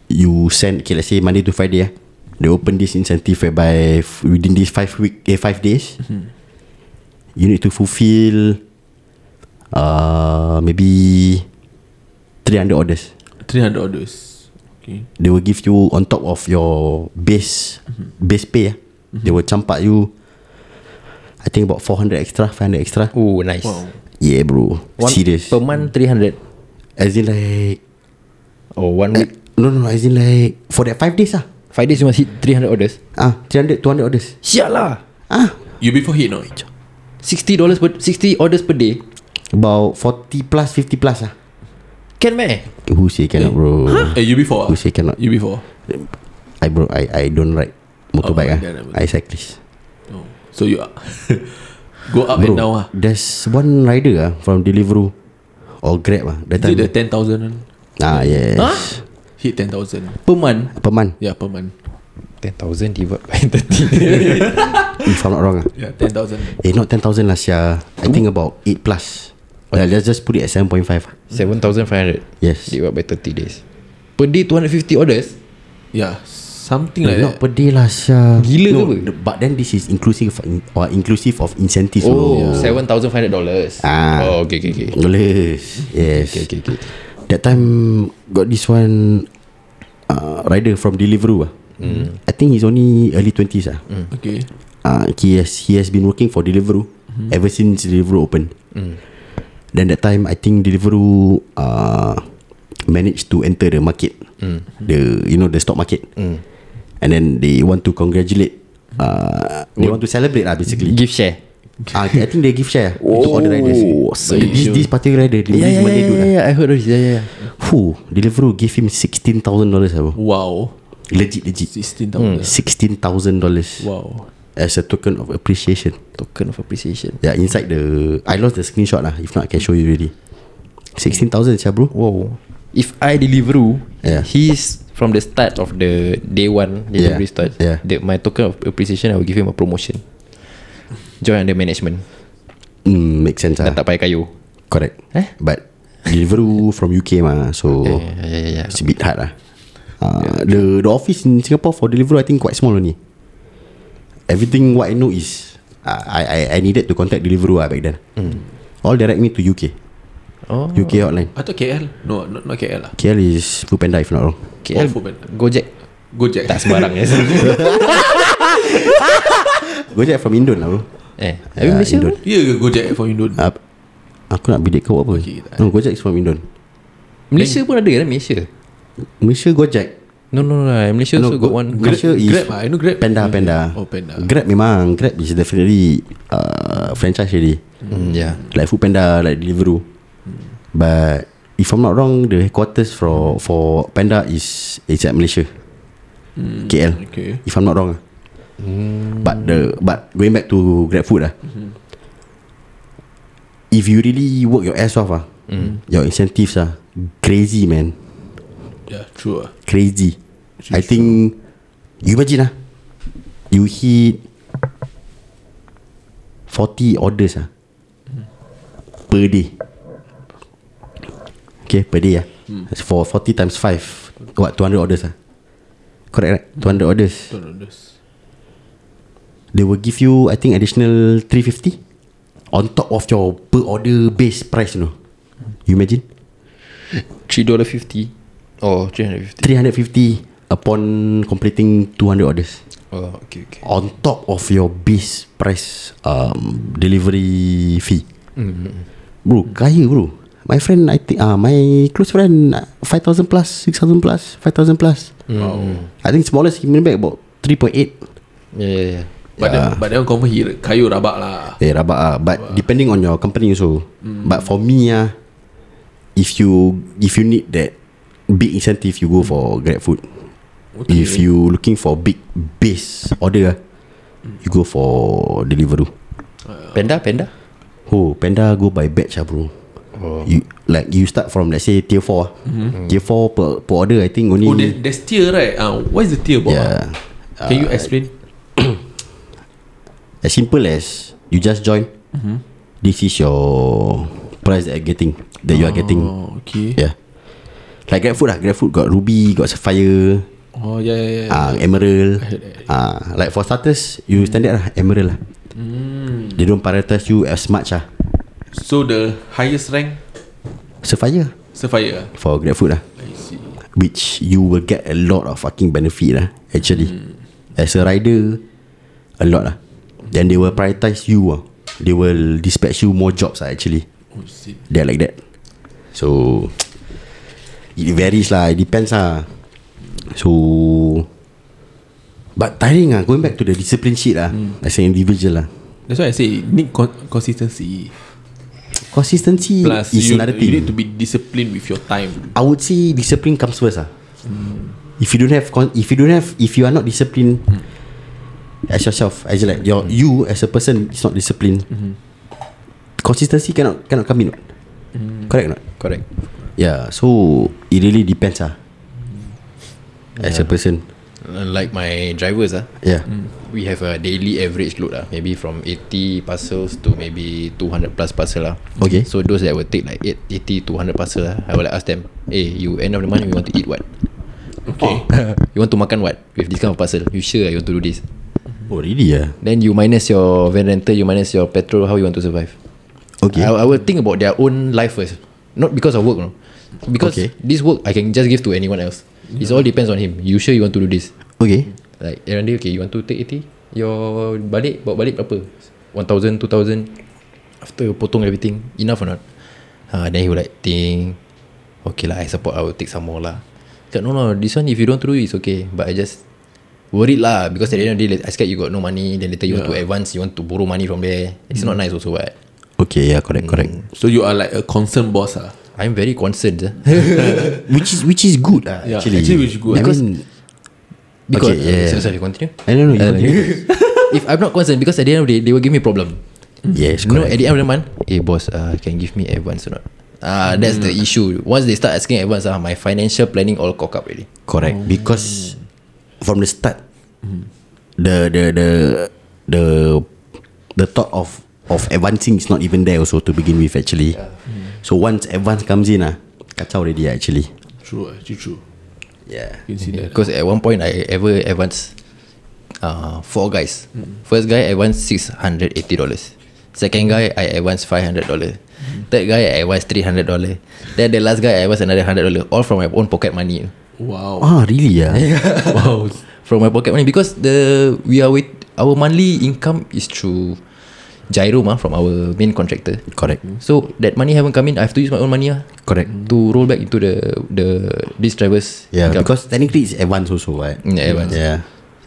you send okay. Let's say Monday to Friday. ah, they open this incentive whereby f- within these five week, eh, five days,
Mm-hmm.
you need to fulfill, uh, maybe three hundred orders.
Three hundred orders. Okay.
They will give you on top of your base base pay. ah, They will campak you. I think about 400 extra, 500 extra.
Oh nice
Wow.
Yeah, bro.
One
Serious.
Per month 300
As in like
Or Oh, one
eh,
week
No no no As in like For that 5 days lah
Five days you must hit 300 orders
Ah, 300, 200 orders
Siap lah
Ah,
You before hit no?
60 dollars per 60 orders per day
About 40 plus 50 plus lah
Can meh
Who say cannot bro
Eh, you before?
Who say cannot
You before?
I bro I I don't ride Motorbike ah.
Oh, yeah, yeah,
I cyclist
No. So you are- go up
Bro
and down ah.
There's one rider ah From Deliveroo Or Grab ah That
Is it the
time
ten thousand?
Ah yes
Huh?
Hit ten thousand.
Per month
Per month
Yeah, per month.
10,000 divided by 30
If I'm not wrong ah
Yeah, ten thousand.
Eh not 10,000 lah sia I think about 8 plus yeah, Let's just put it at 7.5 ah.
7,500
Yes
Divided by 30 days Per day 250 orders
Yeah, something
Like
like
not
that.
per day lah Syah
Gila ke apa?
the- But then this is inclusive of- Or inclusive of incentives
Oh
bro.
$7,500
Ah.
Oh okay okay okay
Yes Yes
Okay okay okay
That time Got this one uh, Rider from Deliveroo ah.
Hmm.
I think he's only Early 20s ah.
Okay.
Uh, he, has, he has been working for Deliveroo Ever since Deliveroo opened Then that time I think Deliveroo uh, Managed to enter the market The You know the stock market And then they want to congratulate uh, They want to celebrate lah basically
Give share
Ah, I think they give share oh, to all the riders. So this this particular rider, the yeah, Malay dude, yeah,
yeah, I heard of this. Yeah, yeah, yeah.
who Deliveroo gave him sixteen thousand dollars, ah, bro.
Wow,
Legit, legit,
sixteen thousand.
sixteen thousand dollars
Wow.
as a token of appreciation.
Token of appreciation.
Yeah, inside the I lost the screenshot lah. If not, I can show you already. Sixteen thousand, sia, bro.
Wow. If I Deliveroo,
Yeah.
he's from the start of the day one delivery
Yeah,
start.
yeah.
The, my token of appreciation, I will give him a promotion. Join under management.
Hmm, make sense ah.
Dan tak payah kayu.
Correct.
Eh?
But Deliveroo from UK mah, so
Yeah, yeah, yeah, yeah,
it's a bit hard lah. Uh, the the office in Singapore for Deliveroo I think quite small only. Everything what I know is uh, I I I needed to contact Deliveroo ah back then.
Hmm.
All direct me to UK.
Oh.
UK outline.
Atau KL? No, not, not KL lah.
KL is Foodpanda if not wrong.
Oh,
KL,
Foodpanda.
Gojek.
Gojek.
Tak sembarang ya.
Gojek from lah, Indon lah bro.
eh, tapi
Yeah,
Malaysia
Indon.
Ya ke Gojek for Indon?
Uh, Aku nak bidik kau buat apa
Okay, tak.
No Gojek is from Indon
Malaysia pun ada kan Malaysia
Malaysia Gojek
No no no Malaysia
No,
also got
go-
one
go- Malaysia is-
Grab lah I know Grab
Panda Panda
Oh Panda
Grab memang Grab is definitely uh, Franchise already
Hmm.
mm, Yeah
Like Food Panda Like Deliveroo But If I'm not wrong The headquarters for For Panda is Is at Malaysia
Hmm.
KL
Okay
If I'm not wrong ah.
Hmm.
But the But going back to GrabFood lah If you really Work your ass off ah,
Hmm.
Your incentives ah, Crazy man
Yeah true lah
Crazy I think You imagine ah, You hit 40 orders ah, Per day Okay per day ah, For 40 times 5 What 200 orders ah, Correct right 200 orders
Don't know this
They will give you I think additional 350 On top of your per order base price you know You imagine
$3.50 Or $350
350 upon completing 200 orders
Oh okay okay
On top of your base price um, Delivery fee Mm-hmm. Bro kaya bro My friend I think uh, My close friend uh, 5,000 plus 6,000 plus 5,000 plus
Wow
I think smallest he made back about 3.8
Yeah yeah yeah
But
Yeah.
then, but then confirm he kayu rabak lah.
Eh rabak ah But depending on your company also mm. But for me ah If you If you need that Big incentive You go for GrabFood Mm. okay. If you looking for big Base order ah You go for Deliveroo
Panda Panda
Oh Panda go by batch ah bro
Oh
You like you start from let's say tier 4 ah. Mm-hmm. Tier 4 per, per order I think only
Oh, there, there's tier right? Ah, what is the tier about?
Yeah
Can you explain?
As simple as You just join mm-hmm. This is your Price that you're getting That you are Uh, getting
Oh, okay.
Yeah Like GrabFood lah GrabFood got Ruby Got Sapphire
Oh, yeah, yeah, yeah.
uh, Emerald
heard that. Mm.
uh, Like for starters You standard lah Emerald lah They don't prioritize you as much lah
So the highest rank
Sapphire
Sapphire. ah?
For GrabFood lah
I see.
Which you will get a lot of fucking benefit lah Actually
Hmm.
As a rider A lot lah Then they will prioritize you lah They will dispatch you more jobs lah actually
Oh, shit.
They're like that So It varies lah It depends lah So But tiring lah Going back to the discipline sheet lah
Hmm.
mm. As an individual lah
That's why I say need con- consistency.
Consistency
Plus,
is
you,
another
you
thing
need to be disciplined with your time.
I would say discipline comes first lah
Hmm.
If you don't have con- If you don't have If you are not disciplined As yourself As like your,
Hmm.
You as a person Is not disciplined Consistency cannot Cannot come in what?
Hmm.
Correct or not
Correct
Yeah, so it really depends ah.
Hmm.
As a person.
Uh, Like my drivers ah
Yeah.
Hmm.
We have a daily average load lah Maybe from 80 parcels To maybe 200 plus parcel lah
Okay.
So those that will take like 8, 80 200 parcel lah I will like ask them Hey you end of the month You want to eat what
Okay.
You want to makan what With this kind of parcel You sure you want to do this
Oh really yeah.
Then you minus your van rental You minus your petrol How you want to survive
Okay.
I, I will think about their own life first Not because of work no. Because
Okay.
this work I can just give to anyone else It all depends on him You sure you want to do this
okay.
Like every day okay you want to take 80 Your balik bawa balik berapa 1000 2000 After you potong everything Enough or not uh, Then he will like think Okay lah I support I will take some more lah Cakap no no This one if you don't do It's okay But I just Worried lah Because at the end of the day I scared you got no money Then later you want to advance You want to borrow money from there It's not nice also what
Okay, yeah, correct,
Hmm.
correct.
So you are like a concerned boss. Ah.
I'm very concerned eh.
Which is which is good ah,
Yeah,
actually.
actually which is good.
I
Because-
mean,
Because
Okay, yeah.
Sorry, sorry, continue
I don't know.
Uh,
You
If I'm not concerned Because at the end of the day They will give me problem
yes,
No,
correct.
at the end of the month, hey boss, uh, can give me advance or not? Ah, uh, that's the issue. Once they start asking advance, ah, my financial planning all cock up already.
correct because from the start the the the the the thought of of advancing is not even there also to begin with actually.
Hmm.
So once advance comes in ah, kacau already ah, actually.
True, actually true.
Yeah.
You can see that.
Because at one point I ever advance, uh, four guys. First guy advance six hundred eighty dollars. Second guy I advance five hundred dollar. Third guy I advance three hundred dollar. Then the last guy I advance another hundred dollar. All from my own pocket money.
Wow.
Ah, really yeah.
wow.
from my pocket money because the we are with our monthly income is through Gyro mah from our main contractor.
Correct.
So that money haven't come in. I have to use my own money ah
Correct.
to roll back into the the this drivers.
Yeah,
income.
because technically it's advance also, right?
Yeah, Mm, advance.
Yeah.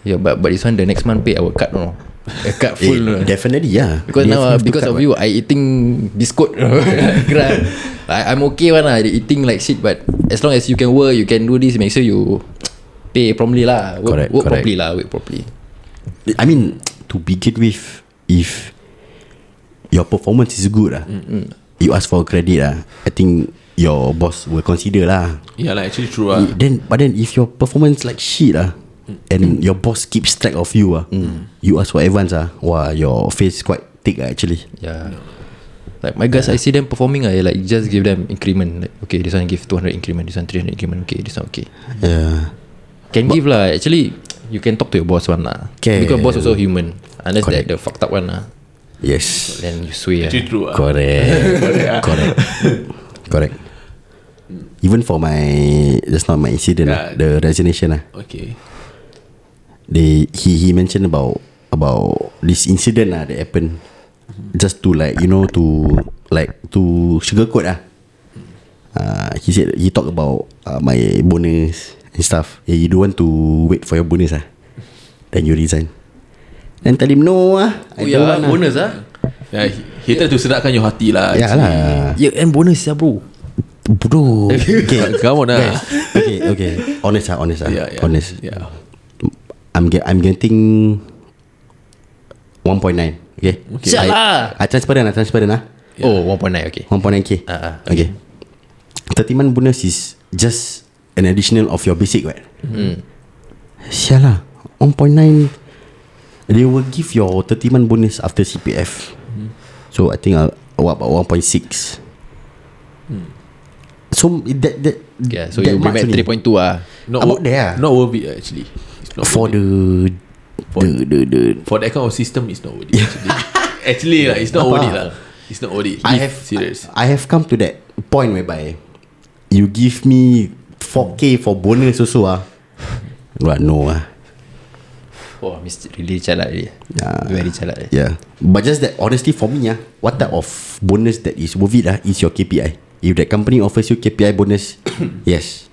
yeah, but but this one the next month pay I will cut no, I cut
Eh,
full. no.
definitely, yeah.
Because
They
now uh,
have to
because
cut
of
what-
you, I eating biscuit. Gerak. I, I'm okay one lah. I eating like shit, but as long as you can work, you can do this. Make sure you pay promptly lah. Work,
Correct,
work
correct.
properly lah. Work properly.
I mean, to begin with, if your performance is good, ah, you ask for credit, ah, I think your boss will consider lah.
Yeah lah actually true lah
Then, but then if your performance like shit, ah, and your boss keeps track of you, ah, you ask for advance, ah, wow, your face quite thick, ah, actually.
Yeah. Like my guys, I see them performing. I like just give them increment. Like okay, this one give 200 increment. This one 300 increment. Okay, this one okay.
Yeah.
Can give lah. Actually, you can talk to your boss one lah.
Can.
Because boss also human. Unless
Correct.
that the fucked up one lah.
Yes.
Then you sway.
Actually
lah.
true lah
Correct. Correct. Correct. Even for my just not my incident, ah,
Yeah.
the resignation, ah.
Okay
they he he mentioned about about this incident lah that happened just to like you know to like to sugarcoat lah. Uh, he said he talked about uh, my bonus and stuff. Eh, you don't want to wait for your bonus ah. Then you resign. Then tell him no ah. I
Oh
don't
yeah,
want ah."
bonus ah.
yeah, he, he try to sedapkan your hati lah
Yeah
actually.
lah.
Yeah, and bonus ya
Oh.
bro.
Bodoh. okay.
Come on lah
okay, okay. Honest ah, honest ah.
yeah, yeah.
Honest.
Yeah
I'm get I'm getting 1.9 Okay,
Okay.
I,
Sial lah.
I transparent lah Transparent lah
Oh, 1.9 okay.
1.9k
Ah, ah,
okay. okay 30 month bonus is Just An additional of your basic right
Hmm.
Sial lah 1.9 They will give your 30 month bonus After CPF
Hmm.
So I think I'll, What about 1.6 So that that
Hmm. Yeah, so
that
you
much
be back
only.
3.2 ah.
Not
About
wor-
there ah.
Not worth it actually It's not
For
worth it.
the
For-
the, the the
For that kind of system It's not worth it actually Actually lah It's not
Apa?
worth it lah It's not worth it
I
If
have
Serious
I, I have come to that point whereby you give me 4k for bonus also ah. But no ah.
Oh, Mr. really jalan dia.
Yeah.
Very eh. jalan dia.
Yeah. But just that honestly for me ah, what type of bonus that is worth it ah is your KPI. If that company offers you KPI bonus, yes.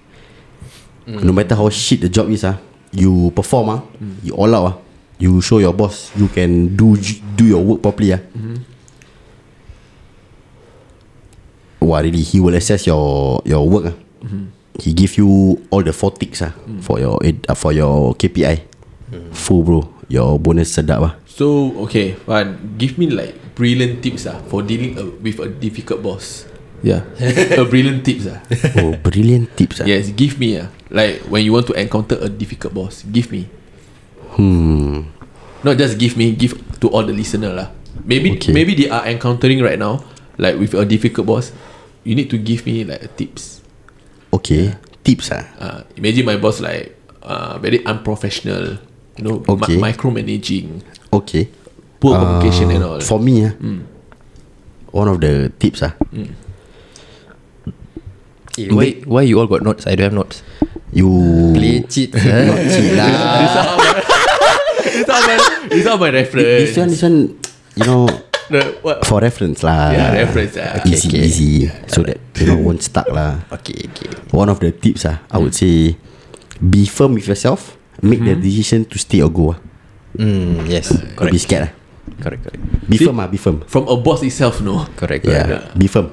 No matter how shit the job is ah, you perform ah, you all out ah, you show your boss you can do do your work properly ah. Wah really He will assess your Your work ah.
Mm-hmm.
He give you All the four ticks ah,
Mm.
For your uh, For your KPI Full bro Your bonus sedap lah
So okay Fun Give me like Brilliant tips ah For dealing a, With a difficult boss Yeah A brilliant tips ah
Oh brilliant tips ah.
Yes give me ah Like when you want to encounter A difficult boss Give me
Hmm
Not just give me Give to all the listener lah Maybe
Okay.
Maybe they are encountering right now Like with a difficult boss You need to give me like a tips
Okay Tips ah.
uh, Imagine my boss like uh, Very unprofessional You know
Okay.
mi- Micromanaging
Okay
Poor communication and all Mm.
For me ah, One of the tips ah,
Eh, why why you all got notes? I don't have notes.
You
Play cheat.
Not cheat lah
This all my- This all my This all my reference
This one This one You know
The, what?
For reference lah
Yeah, reference lah.
Easy
Okay, okay.
easy So that You know won't stuck lah
okay, okay.
one of the tips ah, I would say be firm with yourself, make
Mhm.
the decision to stay or go. Ah.
Hmm, yes.
Don't be
Correct.
scared. Ah.
Correct, correct.
Be
See-
firm ah, be firm.
From a boss itself no
Correct,
Yeah,
correct. Mm.
be firm.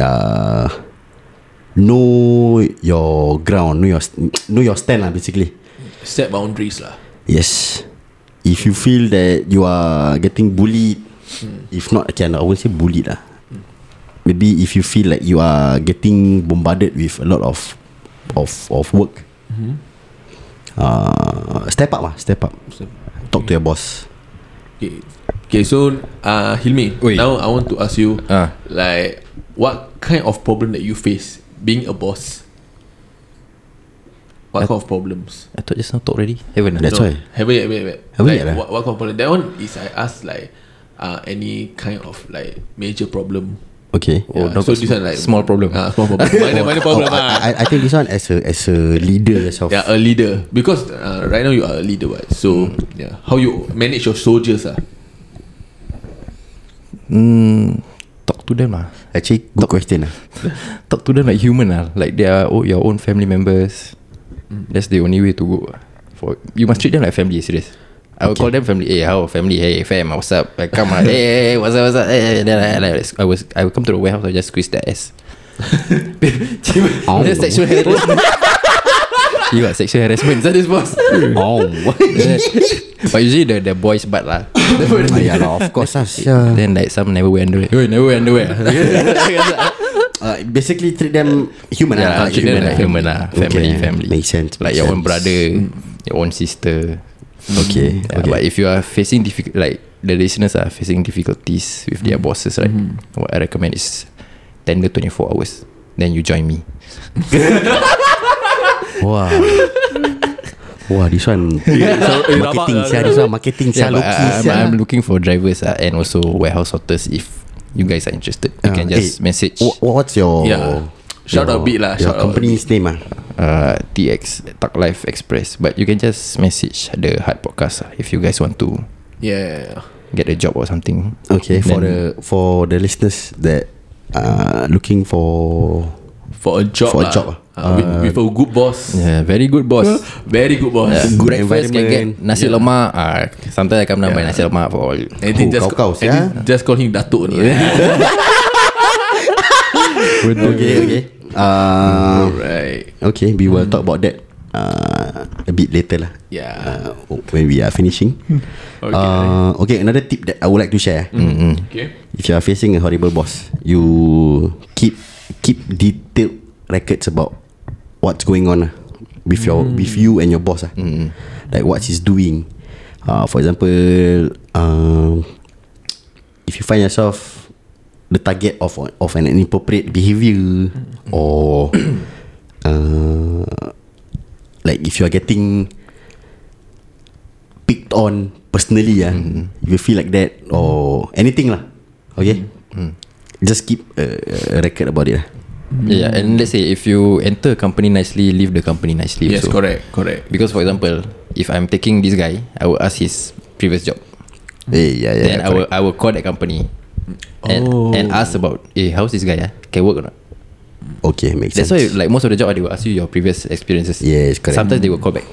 Uh, know your ground, know your know your stand lah basically.
Set boundaries lah
Yes. If you feel that you are getting bullied, if not, okay, I won't say bullied lah. Maybe if you feel like you are getting bombarded with a lot of of of work, uh, step up lah, step up. Talk to your boss.
Okay, okay so uh, Hilmi
Oi.
Now I want to ask you
Ah.
Like What kind of problem that you face Being a boss What kind of problems
I thought just now talk already. Haven't. ah?
That's why.
No, Haven't yet, haven't yet.
Haven't
like,
yet lah.
What, what kind of problem? That one is I ask like uh, any kind of like major problem.
Okay.
Oh,
Yeah,
not
so
got
this
sm-
one like
small problem.
Ah, small problem. Minor, minor problem.
Oh,
ah.
I, I, I think this one as a as a leader yourself.
yeah, a leader because uh, right now you are a leader, right? So yeah, how you manage your soldiers, ah?
mm, talk to them lah.
Actually, good question lah.
Talk to them like human lah. Like they are oh, your own family members. That's the only way to go. ah. For you must treat them like family. Serious. I will call them family. Hey, how family? Hey, fam, what's up? Like, come on. hey, hey, what's up? What's up? Hey, hey, hey. Then I, like, I was, I will come to the warehouse. I just squeeze their ass.
Oh.
There's sexual harassment. you got sexual harassment. Is that this boss?
Oh,
but usually the the boys butt lah.
yeah, lah, of course lah. sia.
Then like some never wear underwear. Hey, never wear underwear.
Uh, basically, treat them human
Yeah,
lah.
treat them like human lah. Family,
Okay,
family.
Makes sense.
like
makes
your
sense.
own
Mm.
brother, your own sister.
Okay,
Hmm. Yeah,
okay.
But if you are facing difficult, like the listeners are facing difficulties
Hmm.
with their bosses, right?
Mm-hmm.
What I recommend is tender 24 hours. Then you join me.
Wah. Wah, this one
so, eh,
marketing
rabak lah.
sia, this one marketing sia,
but uh,
Loki
I,
sia.
am looking for drivers uh, and also warehouse sorters. If you guys are interested, you
Ah,
can
eh,
just message
Wha- wha- What's your
Yeah. Shout
Oh. your-
out a bit lah,
Your
shout out a
company's name ah.
uh, TX Talk Life Express. But you can just message the Hard Podcast ah, if you guys want to
Yeah
get a job or something.
Okay, for the
Then-
for the listeners that uh looking for
For a job
For a
lah.
job ah.
Ah, with, with a good boss
Yeah, very good boss.
Very good boss
Yeah.
Good
Breakfast can get
environment.
nasi yeah. lemak. Uh, sometimes I come down yeah. buy nasi lemak for all.
And then
Oh,
just
kau-kau
and then
sia.
Just call him Datuk ni
Okay, okay. Uh,
Alright
okay, we
Hmm.
will talk about that uh, a bit later lah.
Yeah
Uh, when we are finishing. Okay.
Okay.
Uh,
Hmm.
okay, another tip that I would like to share.
Mm-mm.
Okay
If you are facing a horrible boss, you keep keep detailed records about what's going on ah, with your
Hmm.
with you and your boss. ah. Like what he's doing. Uh, for example, um, if you find yourself the target of of an inappropriate behavior
Mm-hmm.
or uh, like if you are getting picked on personally ah,
Mm-hmm.
if you feel like that or anything lah, okay,
Mm-hmm.
just keep a, a record about it lah.
Mm.
Yeah, and let's say if you enter a company nicely, leave the company nicely.
Yes
also.
correct Correct
Because for example, if I'm taking this guy, I will ask his previous job.
Eh, yeah, yeah,
then I will I will call that company and
Oh.
and ask about hey how's this guy ah? can work or not
okay, makes
that's why
sense.
like most of the job they will ask you your previous experiences
Yes, correct.
sometimes they will call back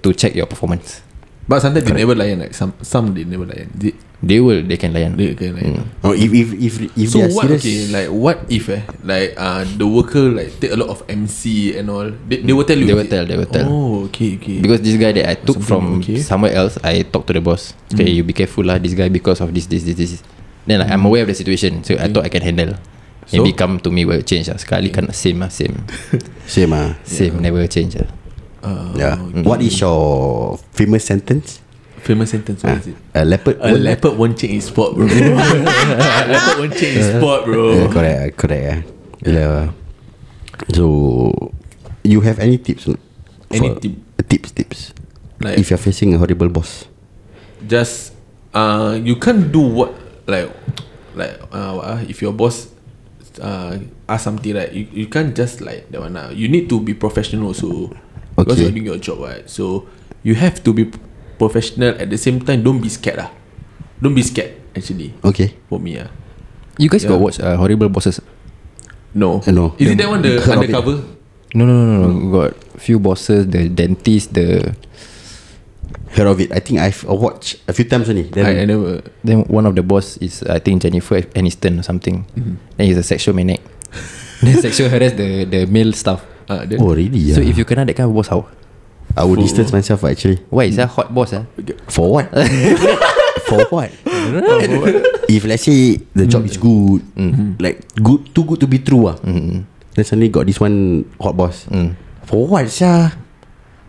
to check your performance
But sometimes they never layan like some some they never layan. They,
they will they can layan Mm.
they can layan.
or Oh, if if if if
So
they are
what
serious,
okay like what if eh like uh the worker like take a lot of MC and all they, they will tell you
They
is
will
it?
tell, they will tell.
oh okay okay
because this guy that I took
Something,
from
okay.
somewhere else I talked to the boss okay you be careful lah this guy because of this this this this then like, I'm aware of the situation so I thought I can handle maybe
So?
come to me will change lah sekali kan same lah same
same ah.
same never change lah
uh,
Yeah. Oh, What is your famous sentence? Ah,
famous sentence what is it
A leopard.
a
won't-
leopard won't change his spot bro a leopard won't change his spot
Yeah,
bro
correct, ah, correct. ah. Yeah. So, you have any tips? or not?
Any
For-
tip?
Tips, tips.
Like-
if you're facing a horrible boss,
just uh you can't do what like like uh what ah, if your boss uh ask something like you, you can't just like that one now you need to be professional also because
Okay.
you're doing your job right so you have to be professional at the same time don't be scared ah don't be scared actually
okay.
for me ah
you guys
Yeah.
got watch uh, Horrible Bosses
no
Uh, no.
is it that one the
Heard of it.
undercover
No, no, no, no. no. Got few bosses, the dentist, the
Heard of it? I think I've uh, watched a few times only. Then
I, I never
then one of the boss is I think Jennifer Aniston or something. Then he's a sexual maniac. then sexual harass the the male staff.
uh, then,
oh really? Yeah.
So if you kena that kind of boss, how?
I would distance myself ah, actually.
Why is that hot boss? Ah,
For what? For what? if let's say the job is good, like good, too good to be true ah. Mm-hmm. Mm. Then suddenly got this one hot boss. For what, sah?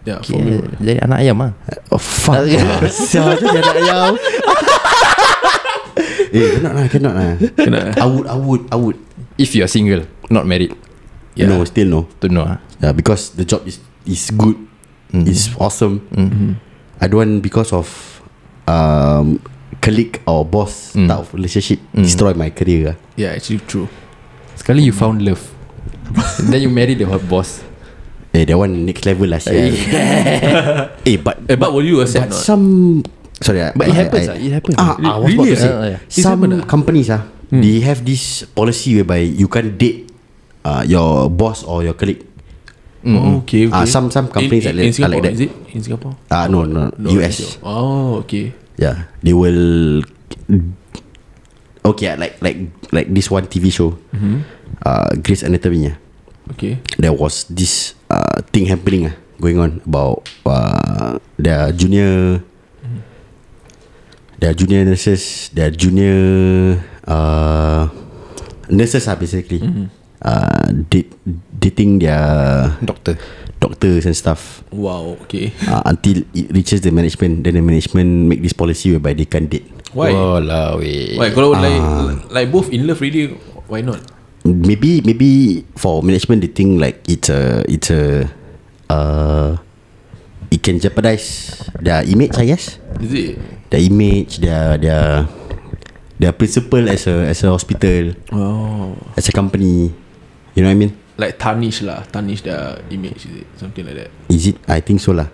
yeah for me
yeah, jadi anak ayam ah.
Oh fuck Sial tu jarak ayam Eh cannot lah Cannot lah
Cannot, eh?
I would I would I would
If you are single, not married,
yeah. No still no
to know Hmm. ah.
yeah, Because the job is Is good mm. Is awesome
Hmm.
mm-hmm. I don't want because of um, Colleague or boss mm. Type of relationship mm. Destroy my career lah
yeah actually true
Sekali you found love, then you marry the hot boss.
Eh that one next level lah sial Eh but
eh, but will you
But
accept not
some Sorry, I-
But it
I- I,
happens ah, it happens.
Ah, ah, I was
Really
about to say,
ah? Ah, Hmm. yeah.
It's
some
happened ah?
companies ah, they have this policy whereby you can't date uh, your boss or your colleague.
Oh, okay, okay.
Ah, some- some companies
in,
are like-
in
are
Singapore,
like that.
Is it in Singapore?
Ah, no, no, US.
Oh, okay.
Yeah, they will. Okay, ah, like like like this one TV show,
Mm-hmm.
uh, Grey's Anatomy. ah,
Okay.
there was this uh, thing happening ah going on about uh, their junior, their junior nurses, their junior uh, nurses ah basically.
Mm-hmm.
Uh, date, dating their
Doctor.
doctors and stuff
Wow, okay.
uh, until it reaches the management then the management make this policy whereby they can't date
Why?
Oh lah weh.
Why kalau like
Ah.
like both in love really why not?
maybe maybe for management they think like it's a it's a uh it can jeopardize their image I guess
Is it?
their image their their their principle as a as a hospital
Oh.
as a company you know what I mean
Like tarnish lah, tarnish their image is it? Something like that.
is it I think so lah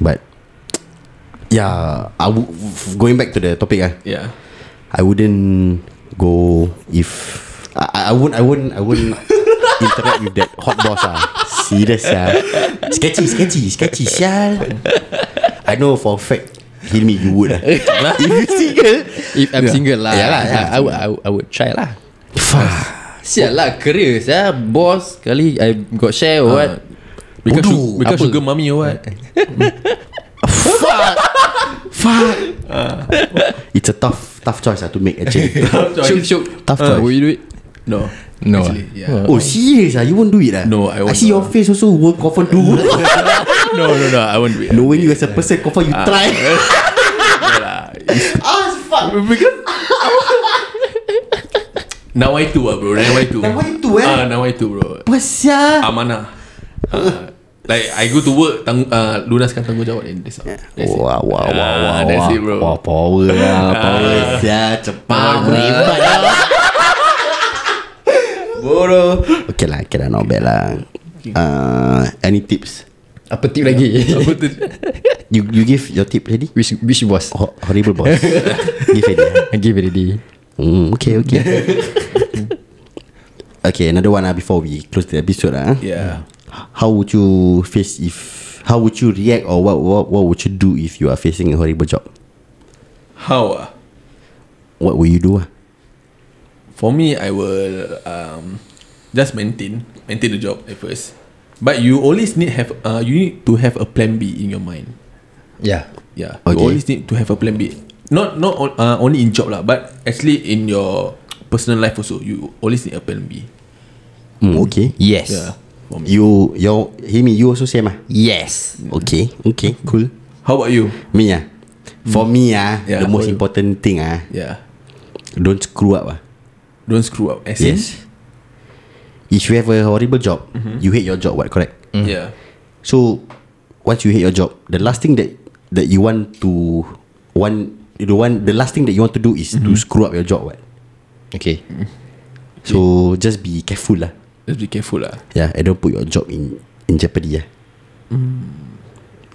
but yeah I w- going back to the topic ah
Yeah.
I wouldn't go if I, I- I won't I won't I won't interact with that hot boss ah. Serious ah. Sketchy, sketchy, sketchy. Sial. I know for a fact, Hilmi, you would ah. if you single,
If I'm single lah.
Yeah lah, yeah.
I, would, I, would, I would try lah.
fuck.
Sial lah career saya boss kali I got share or what.
Because,
Bodoh.
su- because
Ah. Apa?
sugar mummy or what?
Fuck. fuck. It's a tough, tough choice ah to make actually.
Syuk syuk.
Tough choice.
Uh, will you do it?
No.
No,
Actually,
ah.
yeah.
Oh serious ah, you won't do it ah?
No, I
I
won't,
see your
ah.
face also won't confirm do.
no, no, no. I won't do it.
Knowing you as a person, confirm you try. Ah, fuck.
Now I two ah bro. Now I two.
Now I two, eh?
Ah, now I two bro.
Apa sia?
Amanah. Ah, like I go to work, tang- uh, lunaskan tanggungjawab and that's all. That's it.
Wah wah wah
Ah,
wah
that's
wah.
it, bro. Ah. Oh,
Wah power lah Power sia Cepat Merebat lah Bodoh Okay lah Okay lah not bad lah uh, Any tips
Apa tip lagi?
Apa tu?
You you give your tip ready
which which boss?
Ho- Horrible boss Give it eh?
I give it already.
mm, Okay okay Okay another one lah Before we close the episode lah yeah.
Yeah.
How would you face if How would you react Or what, what what would you do If you are facing a horrible job
How ah?
What will you do ah?
For me, I will um, just maintain maintain the job at first. But you always need have uh, you need to have a plan B in your mind.
Yeah.
Yeah, you
Okay.
always need to have a plan B. Not not on- uh, only in job lah, but actually in your personal life also, you always need a plan B.
Mm, okay
Yes.
Yeah, for me.
You your Himi you also same ah.
Yes.
Okay, okay, cool.
How about you?
Me ah. For me ah, the
Yeah,
most
for you.
important thing ah,
Yeah,
don't screw up ah.
don't screw up. As in?
Yes. If you have a horrible job, you hate your job, what correct?
Yeah.
So once you hate your job, the last thing that that you want to want the one the last thing that you want to do is to screw up your job, what?
Okay.
So just be careful lah.
Just be careful lah.
Yeah, and don't put your job in in jeopardy ah.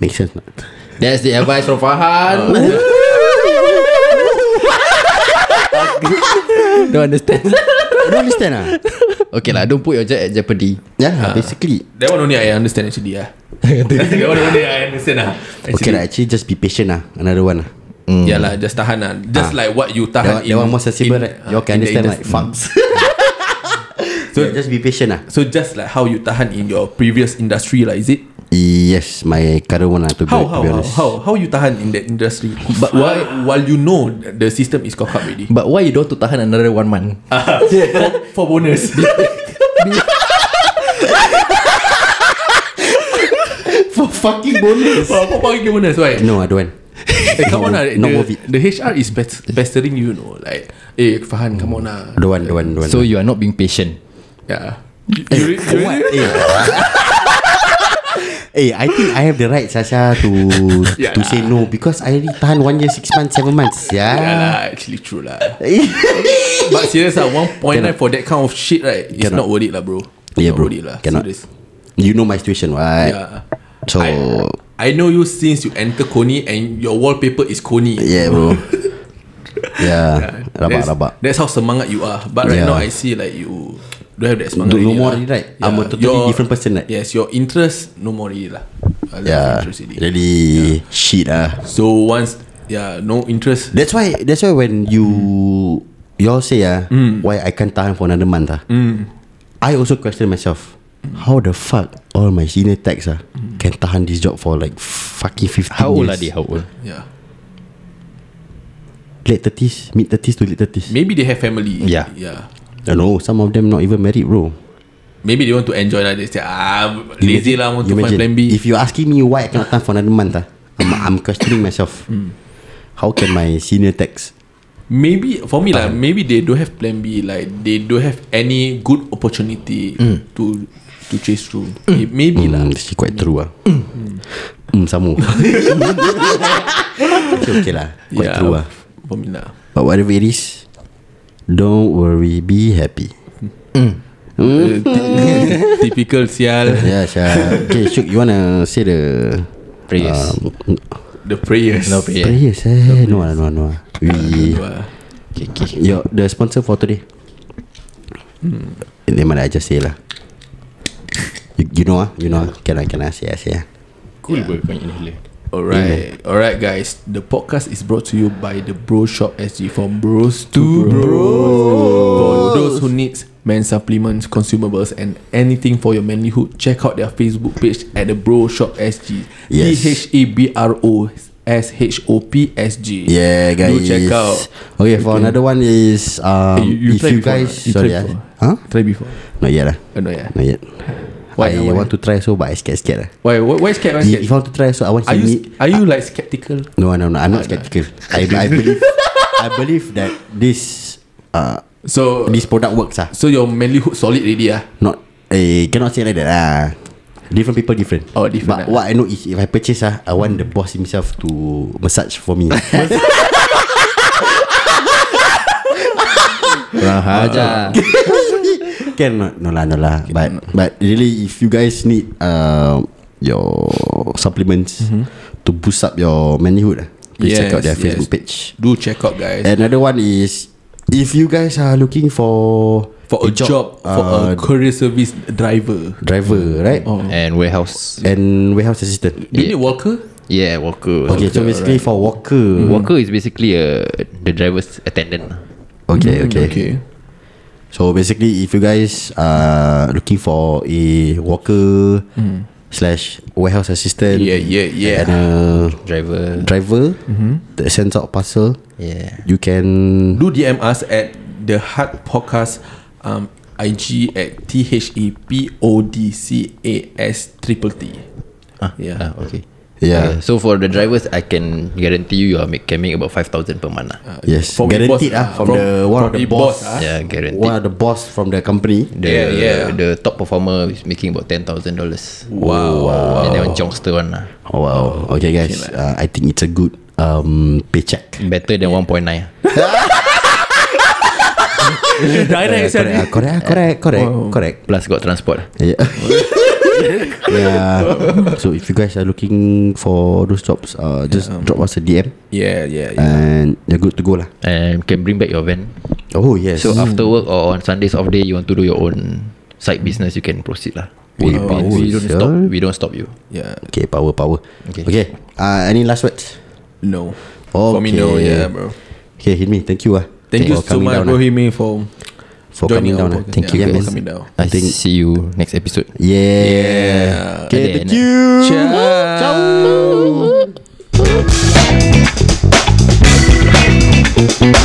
Make sense not?
That's the advice from Fahan. don't understand.
I don't understand ah.
Okay lah, don't put your job at jeopardy.
Yeah, basically
That one only I understand actually ah. that one only I understand lah.
Okay lah
Actually,
actually just be patient lah Another one lah
Yeah lah, just tahan lah. Just like what you
Ah. That one,
tahan.
that one more sensible right
ah,
You all
in
can
the
understand like
industry.
Fucks So
So-
yeah, just be patient lah
Mm. So just like how you tahan in your previous industry lah, is it?
Yes My current one lah To,
How
be,
how
to be
how,
honest
how how you tahan in that industry? But why while you know that the system is cock up already
But why you don't want to tahan another one month?
for, for bonus.
For fucking bonus
for, for fucking bonus, why?
No I don't want
Eh, come on lah, the,
Not worth it
the HR is pest- pestering you, know. Like, eh, Fahan,
Mm.
come on lah.
Don't want, don't want, don't want
So you are not being patient.
Yeah. You, you, re- you,
Eh, What?
re-
Eh Eh, I think I have the right Sasha to
Yeah
to
lah.
say no because I already tahan one year, six months, seven months. Yeah.
yeah lah, actually true lah. Ah. But serious lah, 1.9 for that kind of shit, right? It's
Cannot.
not worth it lah, bro.
Yeah,
not
bro.
Worth it lah.
Cannot.
Serious.
You know my situation, right?
Yeah.
So
I- I know you since you enter Kony and your wallpaper is Kony.
Yeah bro Yeah Rabak
that's,
rabak
That's how semangat you are. But right
Yeah.
now I see like you don't have that
No- no
semangat. already
more
lah.
already, right? I'm a totally different person, right?
Yes, your interest no more already lah. I lose
Yeah
interest already.
Ya. Really Shit lah
So once yeah, no interest.
That's why That's why when you You all say ah Why I can't tahan for another month ah I also question myself How the fuck All my senior techs ah Can tahan this job for like Fucking 15
How old
years
are they? How old?
Yeah.
Late 30s Mid 30s to late 30s
Maybe they have family.
Yeah.
Yeah.
I don't know Some of them not even married bro
Maybe they want to enjoy lah. They say ah lazy lah want to
You
find
imagine,
plan B.
If you asking me why I cannot tahan for another month ah, I'm, I'm questioning myself How can my senior techs
Maybe for me lah, maybe they don't have plan B. Like they don't have any good opportunity
Mm.
to to chase through. Eh, Maybe lah.
Hmm, she quite true ah. Hmm, sama. okay, okay lah. Quite
yeah,
true ah.
For me lah.
But whatever it is, don't worry, be happy.
Uh, ty- typical
Mm.
sial
Yeah, Ya, Syah. Okay, Syuk, you wanna say the
Prayers.
Um,
the prayers.
No prayer.
prayers? Eh? No, ah, no, ah, no. ah. We
Uh,
Okay, okay.
your the sponsor for today. Hmm. Never mind, I just say lah. You, you know ah, you know ah. Can I can I say I say ah.
Cool yeah. kau inhaler.
Alright, alright guys. The podcast is brought to you by the Bro Shop SG from Bros to Bros. For those who needs men supplements, consumables, and anything for your manlyhood, check out their Facebook page at the Bro Shop SG.
Yes.
T H E B R O S H O P S G.
Yeah, guys.
Do check out.
Okay, for another one is um,
Eh, you, you
if
try
you
before,
guys
you
sorry, ah.
try before.
huh?
Try before.
Not yet lah.
Oh, no, yeah.
Not yet.
Why,
I
why?
want to try so but I scared scared lah.
Why? Why, why scared? Why
If if
scared?
I want to try so I want to
Are
meet.
you are you like skeptical?
No, no, no. I'm not skeptical. I, I believe I believe that this uh
So
this product works ah.
so your manlyhood solid already ah.
Not eh cannot say like that lah. Different people different.
Oh, different
But
ah.
what I know is if I purchase ah, I want the boss himself to massage for me.
Kurang hajar.
Can not no lah no lah. But but really, if you guys need um your supplements to boost up your manhood, ah, please check out their
Mm-hmm. Yes,
Facebook
yes.
page.
Do check out guys.
And another one is if you guys are looking for
for a, job, for
uh,
a courier service driver.
driver, right?
Oh.
And warehouse.
And warehouse assistant.
Do you need walker?
Yeah, worker.
Okay, so basically for worker.
Mm-hmm.
Worker is basically a the driver's attendant. lah.
Okay, okay,
Mm-hmm. okay.
So basically, if you guys are looking for a worker slash warehouse assistant,
Mm. Yeah, yeah, yeah.
and
Mm-hmm.
a
Driver.
driver that sends out parcel,
Yeah.
you can
Do DM us at the Heart Podcast um, IG at T H E P O D C A S triple T.
Ah,
Yeah.
Ah, okay.
Yeah.
Uh, so for the drivers, I can guarantee you, you are make, can make about five thousand per month. lah.
yes
From the
guaranteed
boss,
ah
ah,
from,
from-
the one
from
of the
the
boss,
boss, ah.
yeah, guaranteed.
one of the boss from the company.
The
Yeah, yeah.
the top performer is making about ten thousand dollars.
Wow.
And then one jongster one lah.
Oh, wow. Okay guys, uh,
lah.
I think it's a good um paycheck.
Better than one point nine.
Direct E?
correct, ah, correct, ah, correct, correct,
Oh.
correct.
Plus got transport.
Ya.
Yeah. yeah. So if you guys are looking for those jobs, uh, just drop us a DM
Yeah, yeah, yeah.
and you're good to go lah.
And can bring back your van.
Oh yes.
So after work or on Sundays off day, you want to do your own side business, you can proceed lah. We,
Wow.
we, we don't
Sure.
stop. We don't stop you.
yeah.
okay, power, power. Okay.
Okay.
okay. Uh, any last words?
No. For me, no.
Okay.
Yeah, bro.
Okay, Hilmi, thank you ah.
Thank
for
you so
coming
much,
down,
bro,
ah.
Hime, for
for
joining
coming down. ah.
our podcast.
Thank you
Yeah, for
guys.
coming down.
I
think-
think see you next episode.
Yeah.
Yeah.
Okay,
And
thank you.
then-
Ciao.
Ciao.